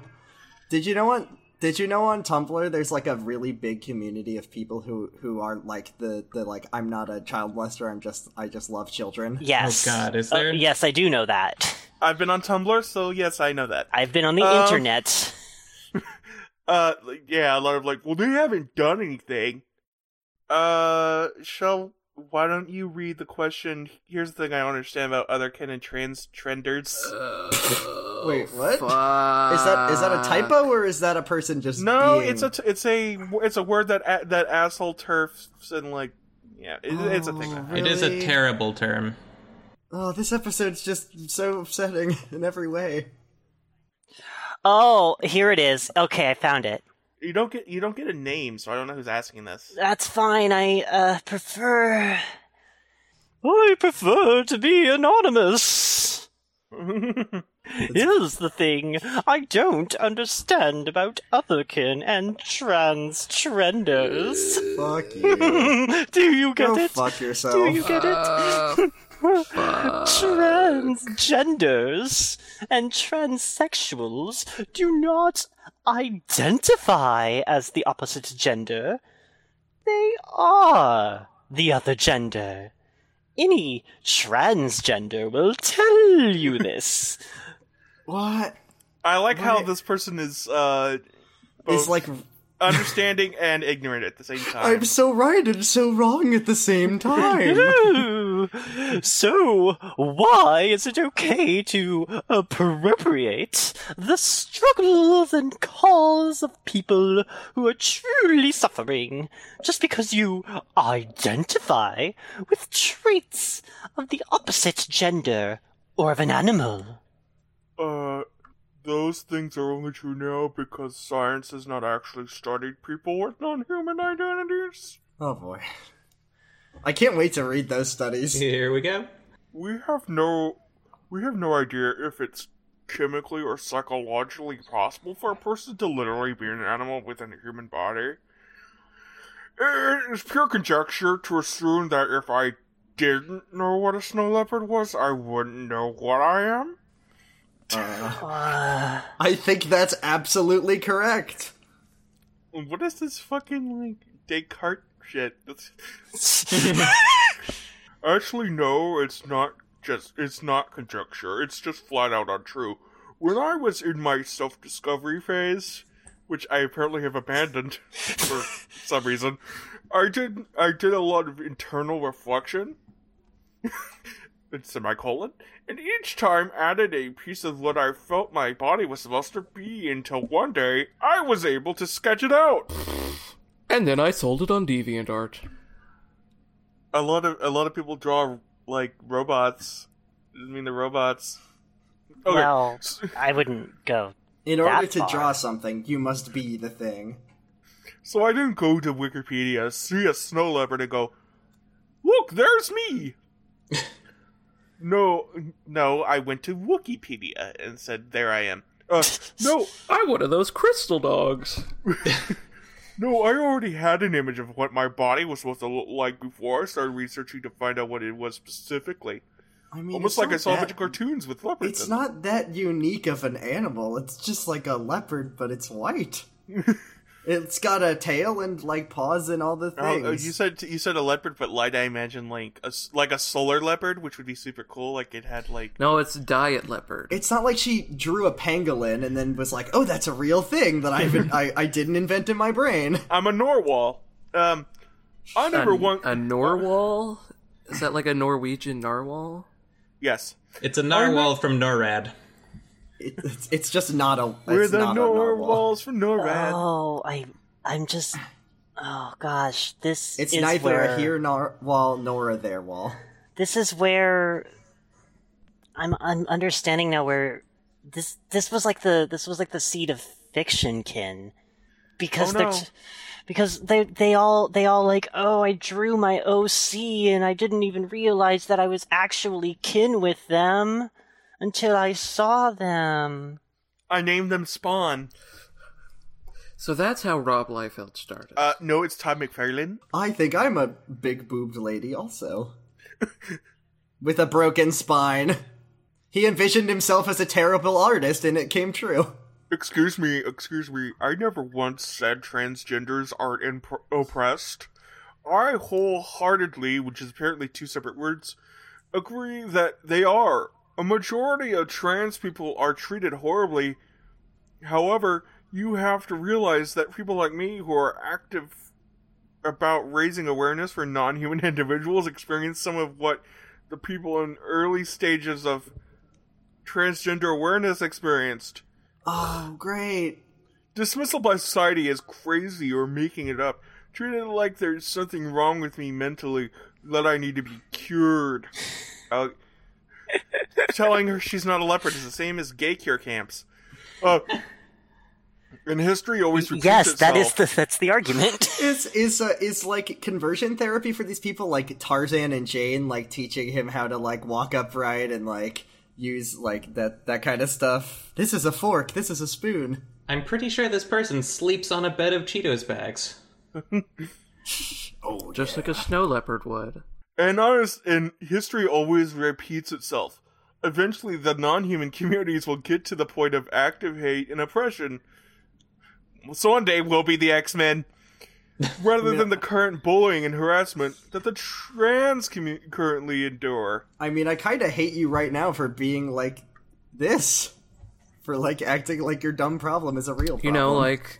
E: Did you know what? Did you know on Tumblr there's like a really big community of people who who are like the the like I'm not a child molester. I'm just I just love children.
D: yes.
C: Oh, God, is
D: Uh,
C: there-
D: yes, I do know that.
A: I've been on Tumblr, so yes, I know that. Um,
D: I've been on the internet.
A: Uh, like, yeah, a lot of like, well, they haven't done anything. Uh, shall why don't you read the question? Here's the thing I don't understand about other kin and trans trenders.
E: Wait, what? Is that is that a typo or is that a person just
A: no,
E: being-
A: it's a t- it's a it's a word that a- that asshole turfs and like yeah, it, it's a thing.
E: Oh,
C: It is a
E: Really?
C: terrible term.
E: oh this episode's just so upsetting in every way.
D: Oh, here it is. Okay, I found it.
A: You don't get you don't get a name, so I don't know who's asking this.
D: That's fine. I uh, prefer. I prefer to be anonymous. Here's the thing I don't understand about otherkin and trans trenders.
E: Fuck you.
D: Do you get
E: Go
D: it?
E: fuck yourself.
D: Do you get it? Transgenders and transsexuals do not identify as the opposite gender. They are the other gender. Any transgender will tell you this.
E: What?
A: I like how this person is uh both
E: It's like
A: understanding and ignorant at the same time.
E: I'm so right and so wrong at the same time.
D: Ooh. so, why is it okay to appropriate the struggles and cause of people who are truly suffering just because you identify with traits of the opposite gender or of an animal?
A: Uh, those things are only true now because science has not actually studied people with non-human identities.
E: Oh boy. I can't wait to read those studies.
C: Here we go.
A: We have no, we have no idea if it's chemically or psychologically possible for a person to literally be an animal within a human body. It is pure conjecture to assume that if I didn't know what a snow leopard was, I wouldn't know what I am.
E: I think that's absolutely correct.
A: What is this fucking like Descartes shit? That's- Actually, no, it's not just it's not conjecture. It's just flat out untrue. When I was in my self-discovery phase, which I apparently have abandoned for some reason, I did I did a lot of internal reflection. and semicolon, and each time added a piece of what I felt my body was supposed to be until one day I was able to sketch it out.
B: And then I sold it on DeviantArt.
A: A lot of a lot of people draw like robots. I mean the robots. Okay.
D: Well, I wouldn't go.
E: In order
D: That
E: to
D: far.
E: draw something, you must be the thing.
A: So I didn't go to Wikipedia, see a snow leopard, and go, "Look, there's me." no, no, I went to Wikipedia and said, "There I am." Uh, no,
B: I'm one of those crystal dogs.
A: No, I already had an image of what my body was supposed to look like before I started researching to find out what it was specifically.
E: I mean,
A: Almost
E: it's
A: like
E: not
A: I saw a
E: that-
A: bunch of cartoons with leopards.
E: It's
A: in them.
E: not that unique of an animal. It's just like a leopard, but it's white. it's got a tail and like paws and all the
A: Oh,
E: things.
A: oh, you said you said a leopard, but like I imagine like a s- like a solar leopard, which would be super cool. Like it had like
B: No, it's diet leopard.
E: It's not like she drew a pangolin and then was like, "Oh, that's a real thing that I've I, I didn't invent in my brain."
A: I'm a narwhal. Um, I never
B: a,
A: want
B: a narwhal? Is that like a Norwegian narwhal?
A: yes.
C: It's a narwhal from NORAD.
E: It, it's, it's just not a.
A: We're
E: it's
A: the
E: not a narwhal.
A: narwhals from NORAD.
D: Oh, I, I'm just. Oh gosh, this
E: It's
D: is
E: neither
D: where,
E: a here narwhal nor a there wall.
D: This is where. I'm I'm understanding now where this this was like the this was like the seed of fiction, kin, because
A: Oh,
D: they're
A: no.
D: t- because they they all they all like oh I drew my OC and I didn't even realize that I was actually kin with them until I saw them.
A: I named them Spawn.
B: So that's how Rob Liefeld started.
A: Uh, no, it's Todd McFarlane.
E: I think I'm a big boobed lady also. With a broken spine. He envisioned himself as a terrible artist and it came true.
A: Excuse me, excuse me. I never once said transgenders aren't imp- oppressed. I wholeheartedly, which is apparently two separate words, agree that they are. A majority of trans people are treated horribly. However, you have to realize that people like me who are active about raising awareness for non human individuals experience some of what the people in early stages of transgender awareness experienced
E: Oh, great.
A: dismissal by society as crazy or making it up. Treat it like there's something wrong with me mentally that I need to be cured. Uh, telling her she's not a leopard is the same as gay cure camps. Uh, and history always repeats
D: Yes, that is
A: itself.
D: the that's the argument.
E: Is is uh, is like conversion therapy for these people like Tarzan and Jane like teaching him how to like walk upright and like use like that that kind of stuff. This is a fork, this is a spoon.
C: I'm pretty sure this person sleeps on a bed of Cheetos bags.
B: Just like a snow leopard would.
A: And honest, and history always repeats itself. Eventually, the non-human communities will get to the point of active hate and oppression. So one day, we'll be the X-Men, rather than the current bullying and harassment that the trans commu- currently endure.
E: I mean, I kind of hate you right now for being like this, for like acting like your dumb problem is a real problem.
B: You know, like,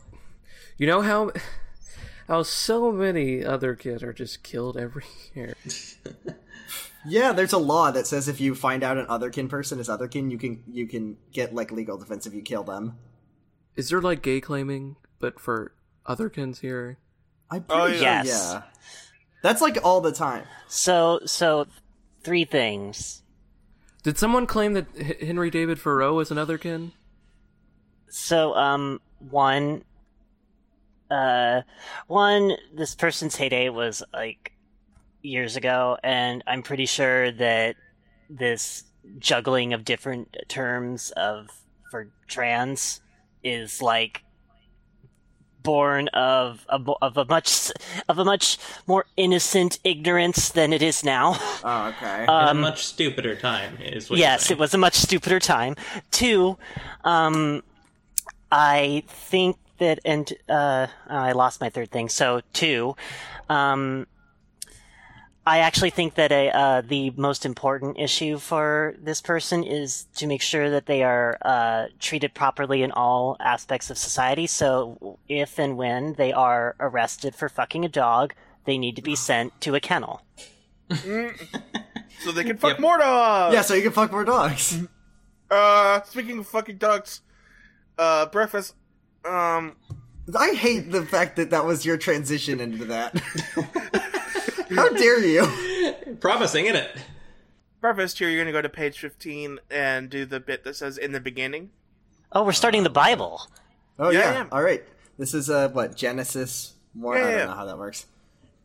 B: you know how how so many other kids are just killed every year.
E: yeah, there's a law that says if you find out an otherkin person is otherkin, you can you can get like legal defense if you kill them.
B: Is there like gay claiming, but for other kins here?
E: I'm
A: Oh,
E: pretty sure,
D: yeah. Yes.
E: yeah. That's like all the time.
D: So, so three things.
B: Did someone claim that H- Henry David Thoreau is another kin?
D: So, um, one, uh, one, this person's heyday was like years ago, and I'm pretty sure that this juggling of different terms of for trans is like born of a, mo- of a much s- of a much more innocent ignorance than it is now. Um,
E: Oh, okay.
C: a much stupider time is what.
D: yes, it was a much stupider time. Two, um, I think that, and uh, I lost my third thing. So two, um, I actually think that a, uh, the most important issue for this person is to make sure that they are uh, treated properly in all aspects of society. So if and when they are arrested for fucking a dog, they need to be sent to a kennel.
A: mm. so they can fuck more dogs.
I: Yeah, so you can fuck more dogs.
A: Uh, speaking of fucking dogs, uh, breakfast. Um,
I: I hate the fact that that was your transition into that. How dare you?
C: Promising, isn't it?
A: breakfast here. You're gonna go to page fifteen and do the bit that says in the beginning.
D: Oh, we're starting the Bible.
I: Oh
A: Yeah,
I: yeah.
A: yeah.
I: All right. This is uh what Genesis one. I
A: Yeah,
I: don't
A: yeah.
I: know how that works.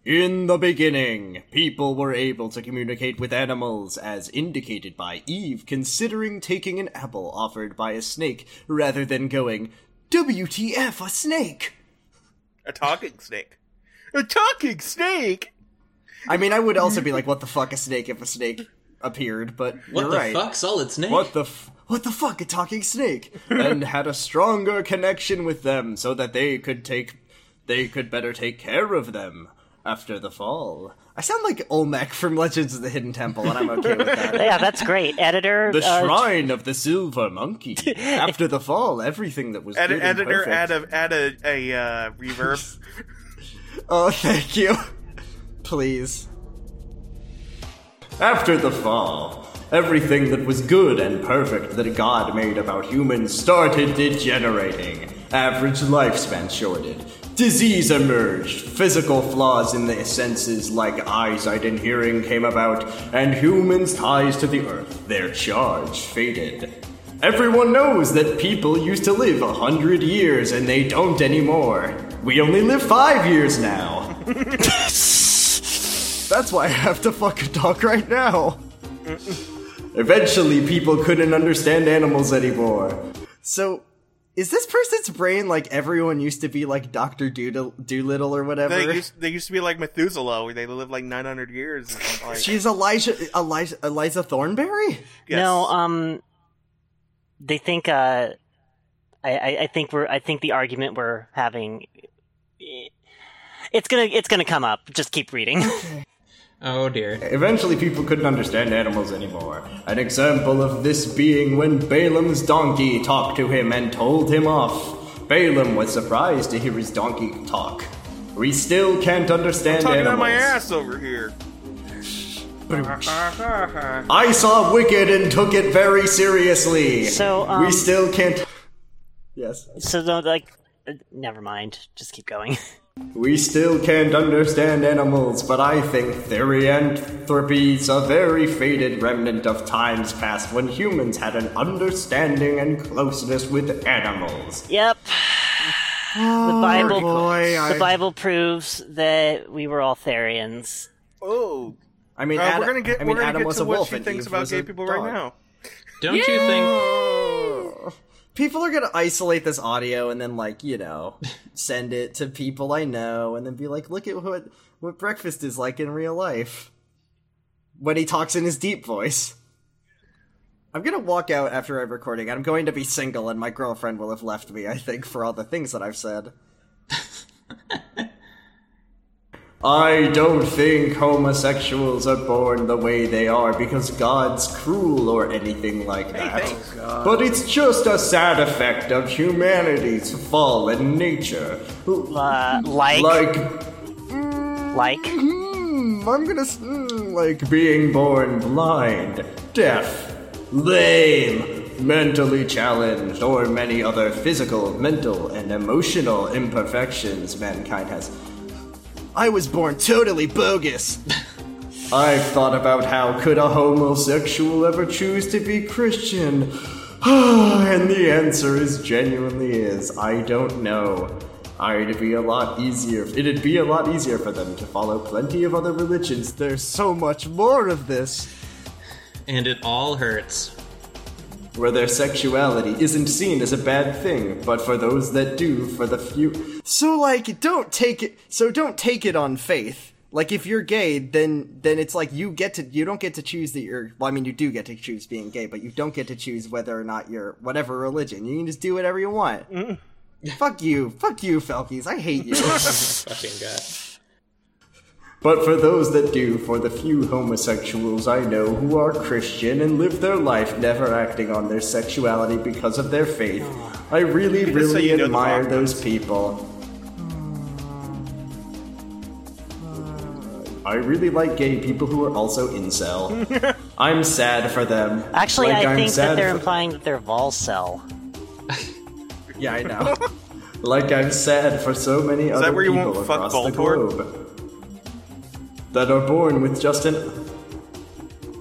I: In the beginning, people were able to communicate with animals, as indicated by Eve considering taking an apple offered by a snake rather than going, WTF, a snake!
A: A talking snake. A talking snake.
I: I mean, I would also be like, what the fuck, a snake if a snake appeared, but
C: What
I: you're
C: the
I: right.
C: fuck, solid snake?
I: What the f- what the fuck, a talking snake? and had a stronger connection with them so that they could take they could better take care of them after the fall. I sound like Olmec from Legends of the Hidden Temple, and I'm okay with that.
D: Yeah, that's great. Editor,
I: The
D: uh,
I: shrine of the silver monkey. After the fall, everything that was
A: Add,
I: good and
A: editor, add a
I: perfect.
A: add a, a uh, reverb.
I: Oh, thank you. Please. After the fall, everything that was good and perfect that God made about humans started degenerating. Average lifespan shorted. Disease emerged. Physical flaws in the senses like eyesight and hearing came about, and humans' ties to the earth, their charge, faded. Everyone knows that people used to live a hundred years and they don't anymore. We only live five years now. That's why I have to fuck a dog right now. Eventually, people couldn't understand animals anymore. So, is this person's brain like everyone used to be like Doctor Doolittle or whatever?
A: They used, they used to be like Methuselah, where they lived like 900 years. or something Like,
I: She's Elijah, Elijah, Eliza Thornberry.
A: yes.
D: No, um, they think. Uh, I, I, I think we're. I think the argument we're having. It's gonna. It's gonna come up. Just keep reading.
C: Oh dear.
I: Eventually, people couldn't understand animals anymore. An example of this being when Balaam's donkey talked to him and told him off. Balaam was surprised to hear his donkey talk. We still can't understand
A: talking
I: animals.
A: out my ass over here.
I: I saw Wicked and took it very seriously.
D: So, um,
I: we still can't. Yes.
D: so though, like, uh, never mind. Just keep going.
I: We still can't understand animals, but I think therianthropy's a very faded remnant of times past when humans had an understanding and closeness with animals.
D: Yep. the Bible.
I: Oh, boy,
D: the Bible proves that we were all Therians.
A: Oh,
I: I mean,
A: uh,
I: Ad-
A: we're gonna get
I: I mean,
A: we're gonna
I: Adam
A: get
I: was
A: to
I: a
A: what
I: wolf
A: she
I: and
A: thinks
I: Eve
A: about
I: was
A: gay
I: a
A: people
I: dog.
A: right now.
C: Don't you think?
I: People are gonna isolate this audio and then, like, you know, send it to people I know, and then be like, "Look at what what breakfast is like in real life." When he talks in his deep voice, I'm gonna walk out after I'm recording. I'm going to be single, and my girlfriend will have left me. I think for all the things that I've said. I don't think homosexuals are born the way they are because God's cruel or anything like that. but it's just a sad effect of humanity's fallen nature.
D: Uh, like, like,
I: Like, hmm, I'm gonna, s- mm, like being born blind, deaf, lame, mentally challenged, or many other physical, mental, and emotional imperfections mankind has. I was born totally bogus. I've thought about how could a homosexual ever choose to be Christian? and the answer is genuinely is I don't know. I'd be a lot easier. It'd be a lot easier for them to follow plenty of other religions. There's so much more of this
C: And it all hurts.
I: where their sexuality isn't seen as a bad thing, but for those that do, for the few. So like, don't take it. So don't take it on faith. Like if you're gay, then then it's like you get to you don't get to choose that you're. Well, I mean, you do get to choose being gay, but you don't get to choose whether or not you're whatever religion. You can just do whatever you want. Fuck you. Fuck you, Felkies. I hate you.
C: Fucking god.
I: But for those that do, for the few homosexuals I know who are Christian and live their life never acting on their sexuality because of their faith, I really,
A: just say
I: really
A: you know the
I: admire
A: Bhagavad
I: those people. I really like gay people who are also incel. I'm sad for them.
D: Hmm. Actually,
I: Like,
D: I
I: I'm
D: think that
I: sad
D: they're
I: for-
D: implying that they're Volcel.
I: Yeah, I know. like I'm sad for so many other
A: where you
I: people
A: won't fuck
I: across the
A: Voltorb?
I: globe that are born with just an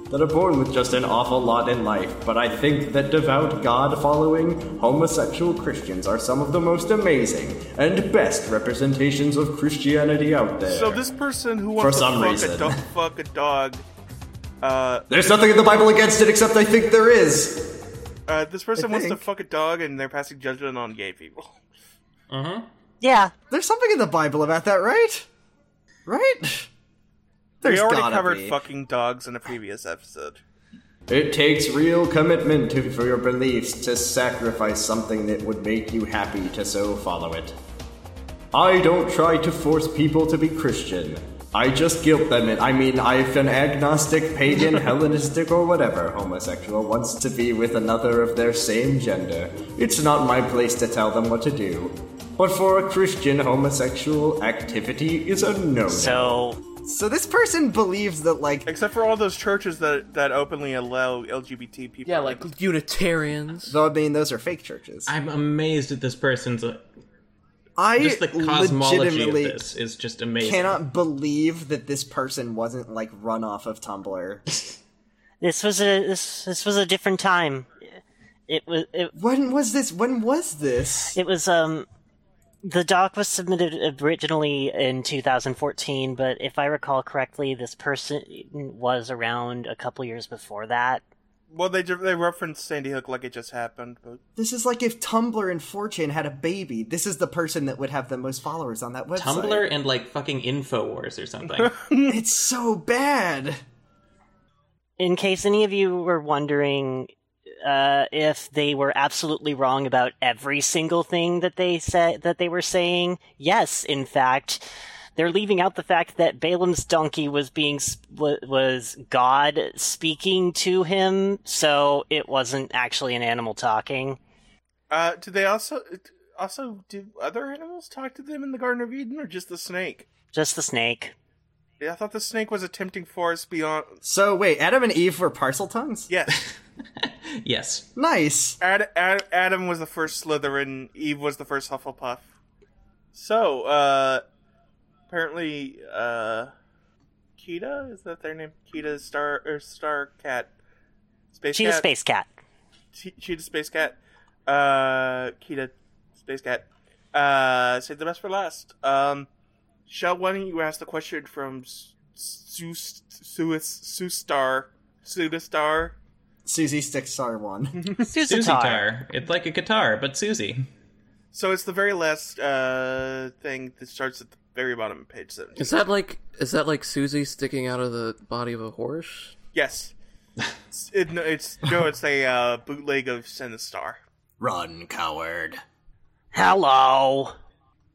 I: that are born with just an awful lot in life. But I think that devout God-following homosexual Christians are some of the most amazing and best representations of Christianity out there.
A: So this person who wants
I: some
A: to fuck a,
I: reason.
A: do- fuck a dog, uh,
I: There's nothing in the Bible against it, except I think there is.
A: uh, this person
I: I
A: wants to
I: think-
A: fuck a dog, and they're passing judgment on gay people.
D: Yeah,
I: There's something in the Bible about that, right? Right? There's
A: we already
I: gotta
A: covered
I: be.
A: fucking dogs in a previous episode.
I: It takes real commitment to, for your beliefs to sacrifice something that would make you happy to so follow it. I don't try to force people to be Christian. I just guilt them in. I mean, if an agnostic, pagan, Hellenistic, or whatever homosexual wants to be with another of their same gender, it's not my place to tell them what to do. But for a Christian, homosexual activity is a no.
D: so
I: so this person believes that, like,
A: Except for all those churches that that openly allow LGBT people.
B: Yeah, like Unitarians.
I: though I mean, those are fake churches.
C: I'm amazed at this person's. uh,
I: I
C: Just the cosmology of
I: legitimately
C: this is just amazing.
I: cannot believe that this person wasn't like run off of Tumblr.
D: this was a this this was a different time. It was it,
I: When was this? When was this?
D: it was um the doc was submitted originally in 2014, but if I recall correctly, this person was around a couple years before that.
A: Well, they ju- they referenced Sandy Hook like it just happened, but
I: This is like if Tumblr and 4chan had a baby. This is the person that would have the most followers on that website.
C: Tumblr and like fucking Infowars or something.
I: It's so bad.
D: in case any of you were wondering uh, if they were absolutely wrong about every single thing that they said that they were saying, yes, in fact, they're leaving out the fact that Balaam's donkey was being sp- wa- was God speaking to him, so it wasn't actually an animal talking.
A: uh, do they also also do other animals talk to them in the Garden of Eden, or just the snake?
D: Just the snake.
A: Yeah, I thought the snake was attempting for us beyond.
I: So wait, Adam and Eve were parcel tongues?
A: Yes,
C: yes.
I: Nice.
A: Ad- Ad- Adam was the first Slytherin. Eve was the first Hufflepuff. So uh, apparently, uh, Kita is that their name? Kita Star or Star Cat. Space
D: Cheetah
A: Cat?
D: space cat.
A: Che- Cheetah Space Cat, uh, Kita Space Cat, uh, save the best for last. Um, Shell, why don't you ask the question from Sustar, Sustar, Sudastar?
I: Susie sticks star one.
D: Susie
C: Susie Tar. It's like a guitar, but Susie.
A: So it's the very last, uh, thing that starts at the very bottom of page 17.
B: Is that like is that like Susie sticking out of the body of a horse?
A: Yes. It's- It, no, it's no, it's a uh, bootleg of Sinistar.
I: Run, coward.
D: Hello.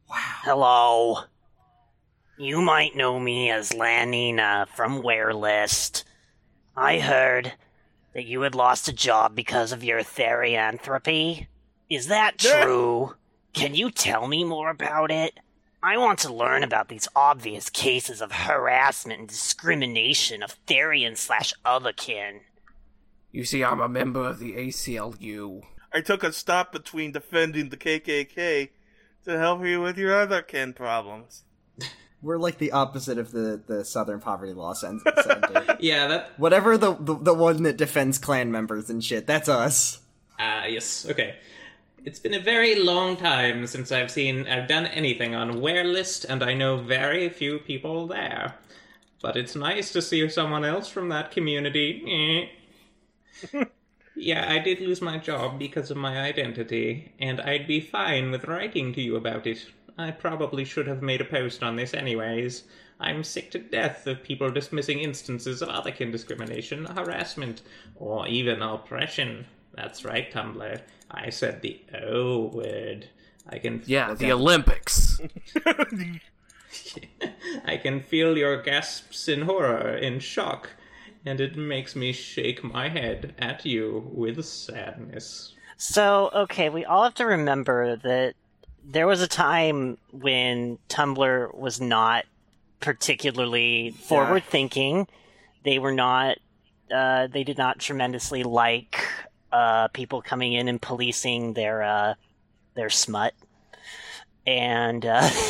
D: Wow. Hello. You might know me as Lanina from Wearlist. I heard that you had lost a job because of your therianthropy. Is that true? Can you tell me more about it? I want to learn about these obvious cases of harassment and discrimination of Therian slash other kin.
J: You see, I'm a member of the ACLU.
A: I took a stop between defending the KKK to help you with your other kin problems.
I: We're like the opposite of the, the Southern Poverty Law Cen- Center.
C: Yeah, that.
I: Whatever the, the the one that defends clan members and shit, that's us.
C: Ah, yes. Okay. It's been a very long time since I've seen, I've done anything on Wear List, and I know very few people there. But it's nice to see someone else from that community. Eh. yeah, I did lose my job because of my identity, and I'd be fine with writing to you about it. I probably should have made a post on this, anyways. I'm sick to death of people dismissing instances of otherkin discrimination, harassment, or even oppression. That's right, Tumblr. I said the O word. I can
B: Yeah, the Olympics.
C: I can feel your gasps in horror, in shock, and it makes me shake my head at you with sadness.
D: So, okay, we all have to remember that there was a time when Tumblr was not particularly forward thinking. They were not, uh, they did not tremendously like uh, people coming in and policing their, uh, their smut. And uh,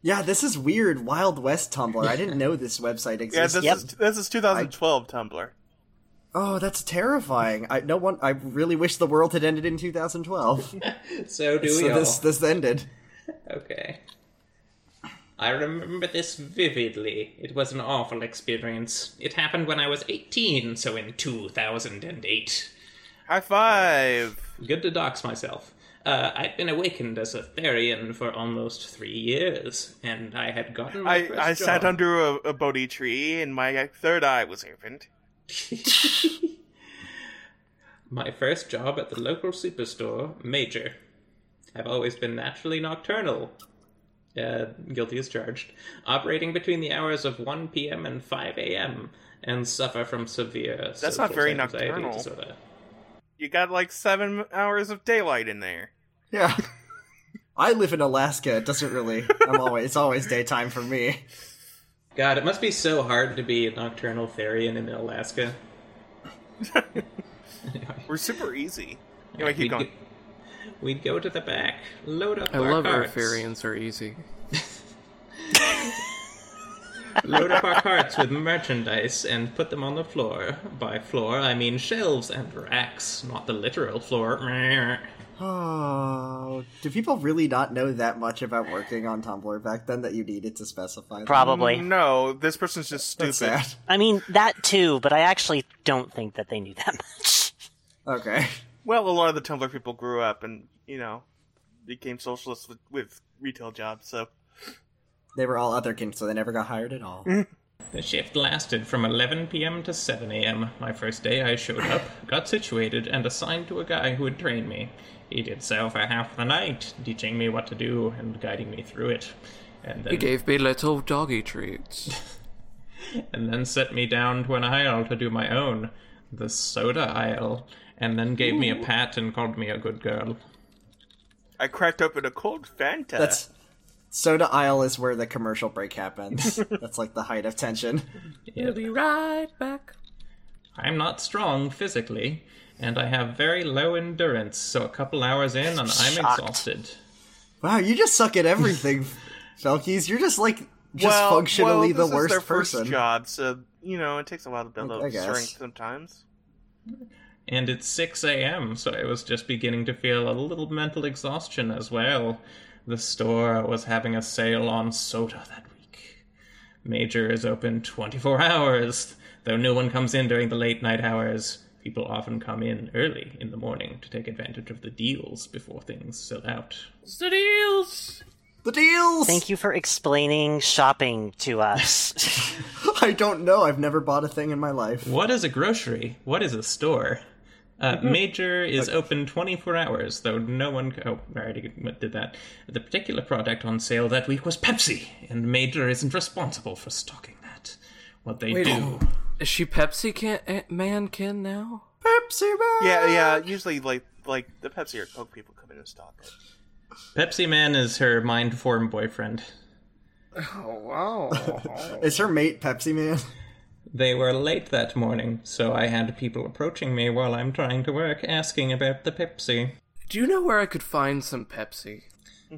E: Yeah, this is weird. Wild West Tumblr. I didn't know this website
A: Yeah,
E: existed.
A: this
D: Yep.
A: is this is 2012 Tumblr.
E: oh, that's terrifying. I no one. I really wish the world had ended in 2012.
C: So do we
E: so
C: all.
E: this this ended.
C: Okay. I remember this vividly. It was an awful experience. It happened when I was 18, so in 2008.
A: High five.
C: Good to dox myself. Uh, I'd been awakened as a Therian for almost three years, and I had gotten my
A: I,
C: first
A: I
C: job.
A: sat under a, a Bodhi tree and my third eye was opened.
C: My first job at the local superstore, Major. I've always been naturally nocturnal. Uh, guilty as charged. Operating between the hours of 1 p.m. and 5 a.m. and suffer from severe.
A: That's
C: social
A: not very
C: anxiety
A: nocturnal.
C: Disorder.
A: You got like seven hours of daylight in there.
E: Yeah. I live in Alaska. It doesn't really. I'm always. It's always daytime for me.
C: God, it must be so hard to be a nocturnal Therian in Alaska.
A: We're super easy. Anyway, keep
C: We'd
A: going.
C: go, we'd go to the back, load up
B: I
C: our
B: love our
C: carts.
B: Farians are easy.
C: load up our carts with merchandise and put them on the floor. By floor, I mean shelves and racks, not the literal floor.
E: Oh, do people really not know that much about working on Tumblr back then that you needed to specify? that?
D: probably.
A: "Mm, No, this person's just stupid.
E: That's sad.
D: I mean, that too, but I actually don't think that they knew that much.
E: Okay.
A: Well, a lot of the Tumblr people grew up and, you know, became socialists with, with retail jobs, so.
E: They were all otherkin, so they never got hired at all.
C: The shift lasted from 11 p.m. to 7 a.m. My first day, I showed up, got situated, and assigned to a guy who would train me. He did so for half the night, teaching me what to do and guiding me through it. And
B: He
C: then,
B: gave me little doggy treats.
C: and then set me down to an aisle to do my own, the soda aisle, and then gave me a pat and called me a good girl.
A: I cracked open a cold Fanta.
E: That's soda aisle is where the commercial break happens. That's like the height of tension.
B: We'll be right back.
C: I'm not strong physically, and I have very low endurance, so a couple hours in and I'm
D: Shocked.
C: exhausted.
E: Wow, you just suck at everything, Felkies. You're just like just functionally
A: well, this
E: the worst
A: is their
E: person.
A: First job, so you know it takes a while to build
E: I
A: up
E: guess.
A: strength sometimes.
C: And it's 6 a.m., so I was just beginning to feel a little mental exhaustion as well. The store was having a sale on soda that week. Major is open 24 hours, though no one comes in during the late night hours. People often come in early in the morning to take advantage of the deals before things sell out.
E: The deals.
D: Thank you for explaining shopping to us.
E: I don't know. I've never bought a thing in my life.
C: What is a grocery? What is a store? Uh,
E: Mm-hmm.
C: Major is open 24 hours, though no one. Oh, I already did that. The particular product on sale that week was Pepsi, and Major isn't responsible for stocking that. What they do.
B: Is she Pepsi can Ant- Man can now?
E: Pepsi Man.
A: Yeah, yeah. Usually, like like the Pepsi or Coke people come in and stock it.
C: Pepsi Man is her mind form boyfriend.
D: Oh,
E: Is her mate Pepsi Man?
C: They were late that morning, so I had people approaching me while I'm trying to work asking about the Pepsi.
B: Do you know where I could find some Pepsi?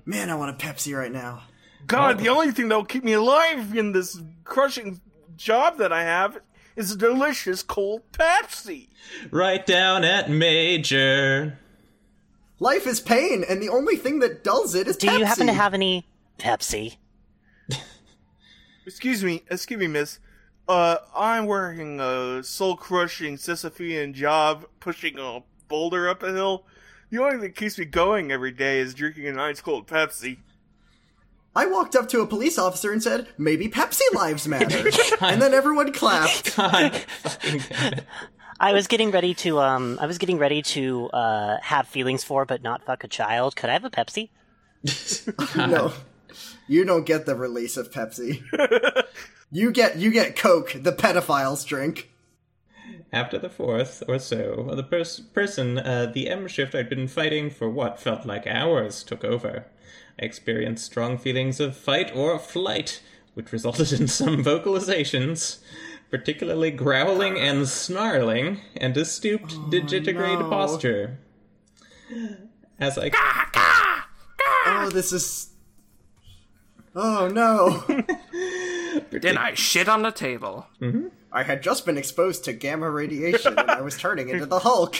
E: Man, I want a Pepsi right now.
A: God, the only thing that'll keep me alive in this crushing job that I have is a delicious cold Pepsi.
C: Right down at Major.
E: Life is pain, and the only thing that dulls it is
D: Do
E: Pepsi.
D: you happen to have any Pepsi?
A: Excuse me, excuse me, miss. Uh, I'm working a soul-crushing Sisyphean job, pushing a boulder up a hill. The only thing that keeps me going every day is drinking an ice cold Pepsi.
E: I walked up to a police officer and said, "Maybe Pepsi lives matter," and then everyone clapped.
C: God fucking damn it.
D: I was getting ready to um I was getting ready to uh have feelings for but not fuck a child. Could I have a Pepsi?
E: no, you don't get the release of Pepsi. you get you get Coke, the pedophiles drink.
C: After the fourth or so, the pers- person, uh, the M shift I'd been fighting for what felt like hours, took over. I experienced strong feelings of fight or flight, which resulted in some vocalizations, particularly growling and snarling, and a stooped digitigrade posture. As I
B: Ah!
E: Oh, this is. Oh no!
B: Then I shit on the table.
C: Mm-hmm.
E: I had just been exposed to gamma radiation, and I was turning into the Hulk.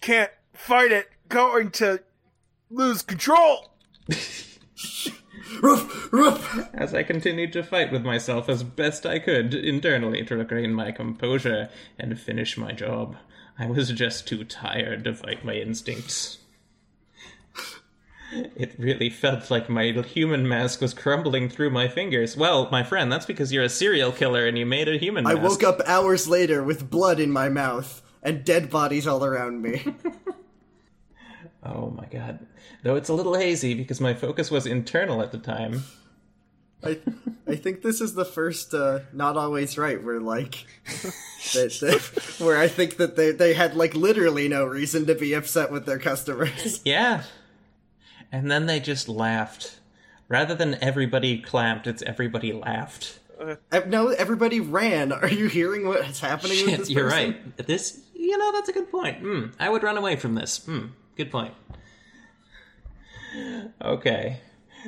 A: Can't fight it. Going to lose control.
E: Roof, roof.
C: As I continued to fight with myself as best I could internally to regain my composure and finish my job, I was just too tired to fight my instincts. It really felt like my human mask was crumbling through my fingers. Well, my friend, that's because you're a serial killer and you made a human
E: I
C: mask.
E: woke up hours later with blood in my mouth and dead bodies all around me.
C: Oh my god. Though it's a little hazy because my focus was internal at the time.
E: I, I think this is the first uh, not always right where like that, that- where I think that they they had like literally no reason to be upset with their customers.
C: Yeah. And then they just laughed. Rather than everybody clapped, it's everybody laughed.
E: Uh, no, everybody ran. Are you hearing what's happening with
C: Shit,
E: this
C: you're
E: person?
C: right. This, you know, that's a good point. Hmm, I would run away from this. Hmm, good point. Okay.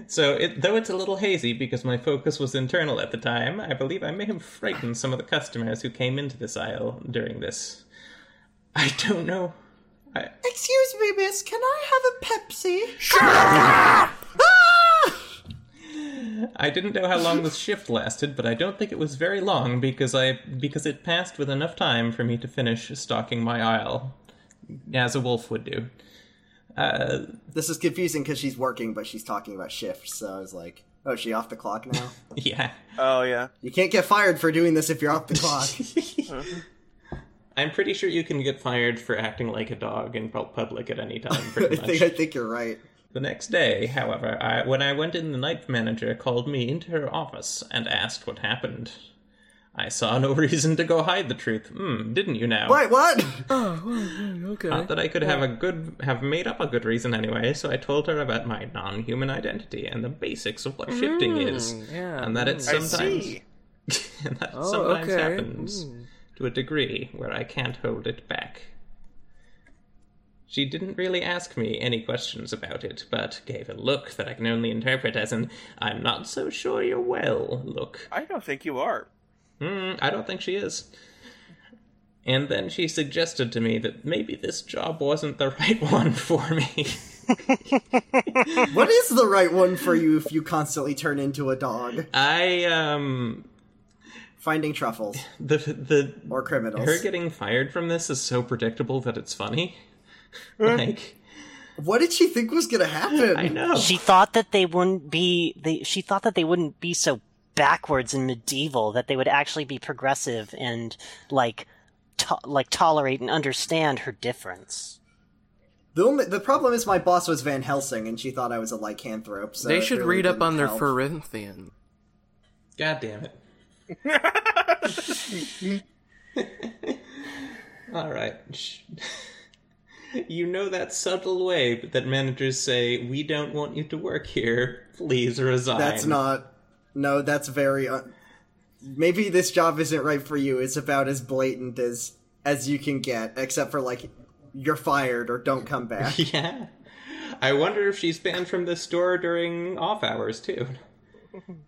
C: So, it, though it's a little hazy because my focus was internal at the time, I believe I may have frightened some of the customers who came into this aisle during this. I don't know. I,
E: Excuse me, miss. Can I have a Pepsi? Ah!
C: I didn't know how long this shift lasted, but I don't think it was very long because I because it passed with enough time for me to finish stocking my aisle, as a wolf would do. Uh,
E: This is confusing because she's working, but she's talking about shifts. So I was like, oh, is she off the clock now?
C: Yeah.
A: Oh yeah.
E: you can't get fired for doing this if you're off the clock.
C: I'm pretty sure you can get fired for acting like a dog in pu- public at any time,
E: I
C: pretty much.
E: think I think you're right.
C: The next day, however, I, when I went in, the night manager called me into her office and asked what happened. I saw no reason to go hide the truth. Hmm, didn't you now?
E: Wait, what?
C: Not that I could have a good have made up a good reason anyway, so I told her about my non-human identity and the basics of what shifting is,
B: yeah,
C: and that it
A: Mm, I
C: sometimes
A: see.
C: and that sometimes
B: okay.
C: happens to a degree where I can't hold it back. She didn't really ask me any questions about it, but gave a look that I can only interpret as an I'm not so sure you're well look.
A: I don't think you are.
C: Mm, I don't think she is. And then she suggested to me that maybe this job wasn't the right one for me.
E: What is the right one for you if you constantly turn into a dog?
C: I um
E: Finding truffles
C: the the
E: or criminals.
C: her getting fired from this is so predictable that it's funny. like
E: What did she think was gonna happen?
C: I know.
D: She thought that they wouldn't be they she thought that they wouldn't be so backwards and medieval that they would actually be progressive and like to- like tolerate and understand her difference.
E: The only the problem is my boss was Van Helsing, and she thought I was a lycanthrope. So
B: They
E: it
B: should
E: really
B: read up
E: didn't
B: on their
E: help.
B: Corinthian.
C: God damn it. All right. Shh. You know that subtle way that managers say, "We don't want you to work here. Please resign."
E: That's not. No, that's very. Un- Maybe this job isn't right for you. It's about as blatant as as you can get, except for like you're fired or don't come back.
C: Yeah. I wonder if she's banned from the store during off hours too.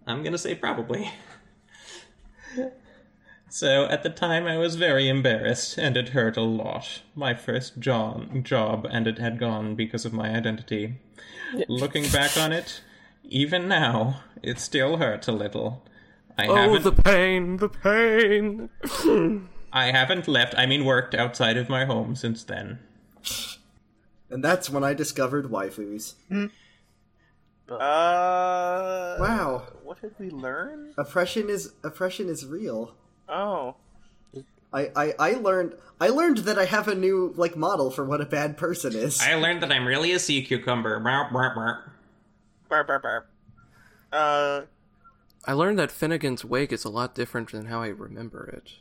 C: I'm gonna say probably. So at the time I was very embarrassed and it hurt a lot. My first jo- job and it had gone because of my identity. Looking back on it, even now, it still hurts a little. I
B: Oh,
C: haven't
B: the pain, the pain.
C: I haven't left, I mean worked outside of my home since then.
E: And that's when I discovered waifus.
A: Uh.
E: Wow,
A: What did we learn?
E: oppression is oppression is real.
A: Oh.
E: I, I I learned I learned that I have a new like model for what a bad person is.
C: I learned that I'm really a sea cucumber. Brr, brr, brr.
A: Burp, burp, burp. Uh,
B: I learned that Finnegan's Wake is a lot different than how I remember it.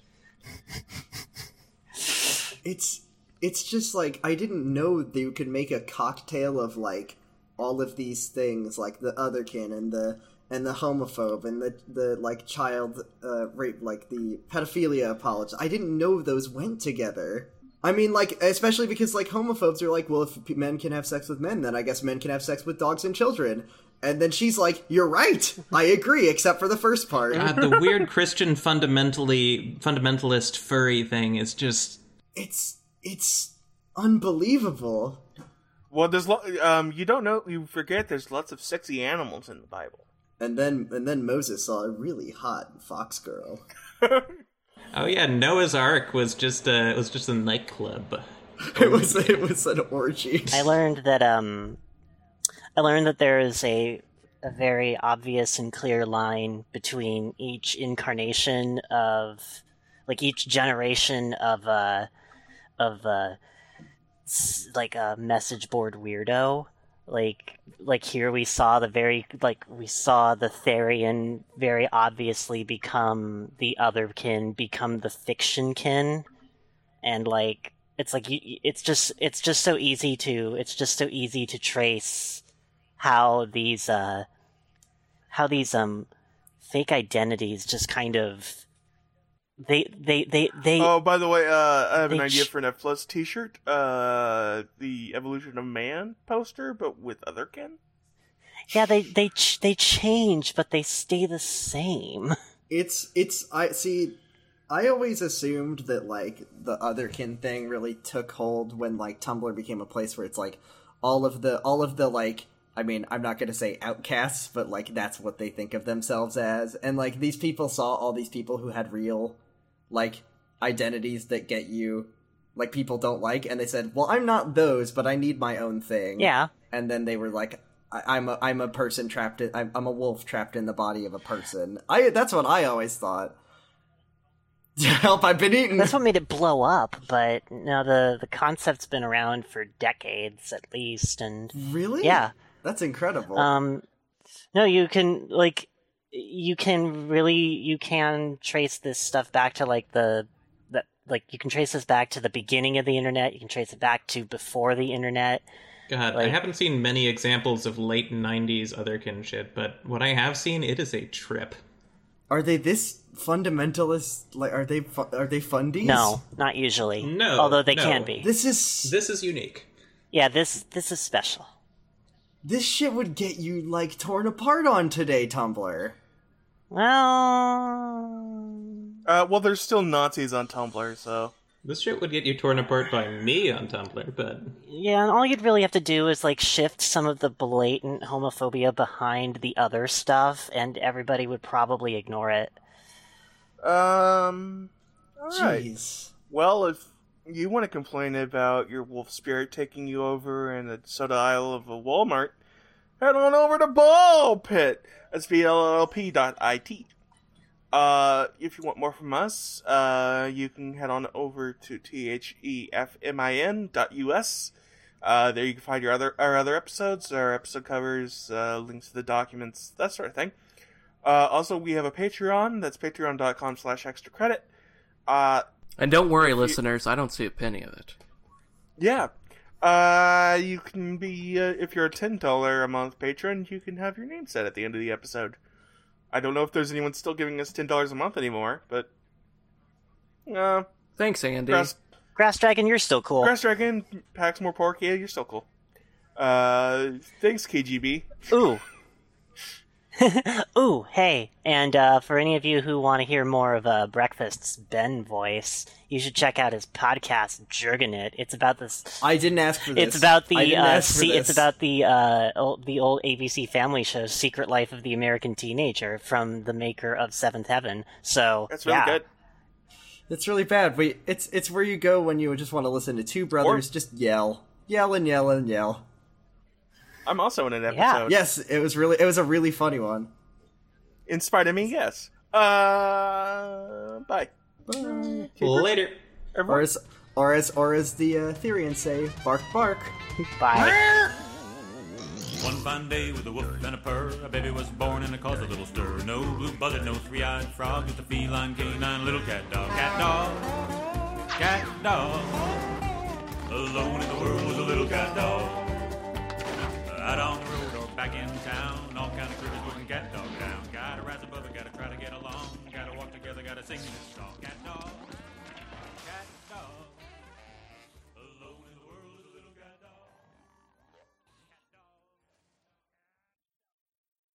E: it's it's just like I didn't know that you could make a cocktail of like all of these things, like the otherkin and the and the homophobe and the the like child uh, rape, like the pedophilia apologist. I didn't know those went together. I mean, like especially because like homophobes are like, well, if p- men can have sex with men, then I guess men can have sex with dogs and children. And then she's like, "You're right. I agree, except for the first part."
C: God, Uh, the weird Christian fundamentally fundamentalist furry thing is just
E: It's it's unbelievable.
A: well, there's lo- um, you don't know, you forget there's lots of sexy animals in the Bible.
E: And then and then Moses saw a really hot fox girl.
C: Oh yeah, Noah's Ark was just a was just a nightclub.
E: it was it was an orgy.
D: I learned that um, I learned that there is a a very obvious and clear line between each incarnation of, like each generation of uh, of uh, s- like a message board weirdo. Like like here we saw the very like we saw the Therian very obviously become the otherkin, become the fictionkin and like it's like you, you- it's just it's just so easy to it's just so easy to trace how these uh how these um fake identities just kind of they they they they
A: Oh, by the way, uh, I have an
D: They ch-
A: idea for an F plus T-shirt. Uh, the Evolution of Man poster, but with otherkin.
D: yeah they they ch- they change but they stay the same
E: It's it's I see. I always assumed that like the otherkin thing really took hold when like Tumblr became a place where it's like all of the all of the like I mean I'm not gonna say outcasts but like that's what they think of themselves as and like these people saw all these people who had real like identities that get you like people don't like and they said well I'm not those but I need my own thing
D: yeah
E: and then they were like I, I'm a I'm a person trapped in I'm, I'm a wolf trapped in the body of a person. I that's what I always thought. Help! I've been eaten.
D: that's what made it blow up but now the the concept's been around for decades at least and
E: really?
D: yeah
E: that's incredible.
D: Um, no, you can like you can really you can trace this stuff back to like the that like you can trace this back to the beginning of the internet. You can trace it back to before the internet.
C: God, I
D: Like-
C: haven't seen many examples of late '90s otherkin shit, but what I have seen, it is a trip.
E: are they this fundamentalist? Like, are they fu- are they fundies?
D: No, not usually.
C: No,
D: although they
C: no.
D: can be.
E: This is
C: This is unique.
D: yeah, this this is special.
E: this shit would get you like torn apart on today Tumblr.
D: Well,
A: Uh, well, there's still Nazis on Tumblr, so
C: This shit would get you torn apart by me on Tumblr, but
D: yeah, and all you'd really have to do is like shift some of the blatant homophobia behind the other stuff, and everybody would probably ignore it.
A: um, all right.
E: Jeez.
A: Well, if you want to complain about your wolf spirit taking you over in the soda aisle of a Walmart, head on over to Ball Pit. That's BLLP.IT. Uh, if you want more from us, uh, you can head on over to E THEFMIN.us. Uh, there you can find your other our other episodes, our episode covers, uh, links to the documents, that sort of thing. Uh, also, we have a Patreon. That's patreon.com slash extra credit. Uh,
B: And don't worry, listeners, I don't see a penny of it.
A: yeah. Uh, you can be uh, if you're a ten dollar a month patron, you can have your name said at the end of the episode. I don't know if there's anyone still giving us ten dollars a month anymore, but uh,
B: Thanks, Andy.
A: Grass,
D: Grass Dragon, you're still cool.
A: Grass Dragon packs more pork. Yeah, you're still cool. Uh, thanks KGB.
D: Ooh. Ooh, hey. And uh, for any of you who want to hear more of uh, Breakfast's Ben voice, you should check out his podcast, Jergin It. It's about this.
E: I didn't ask for this.
D: It's about
E: I
D: the
E: didn't
D: uh,
E: ask for
D: se- it's
E: this.
D: about the uh, old, the old ABC Family show, Secret Life of the American Teenager, from the maker of Seventh Heaven. So
A: That's really
D: yeah.
A: good.
E: It's really bad. We it's it's where you go when you just want to listen to two brothers just yell, yell and yell and yell.
A: I'm also in an episode.
D: Yeah.
E: Yes, it was really it was a really funny one.
A: In spite of me, yes. Uh, bye. Later.
E: Or as, or as, or as the uh, Therians say, bark, bark.
D: Bye.
K: One fine day with a woof and a purr, a baby was born and it caused a little stir. No blue buzzard, no three-eyed frog, just a feline canine little cat dog. Cat dog, cat dog. Alone in the world was a little cat dog. Out on the road or back in town, all kind of critters wouldn't cat dog down. Gotta rise above it, gotta try to get along, gotta walk together, gotta sing this song. Cat dog.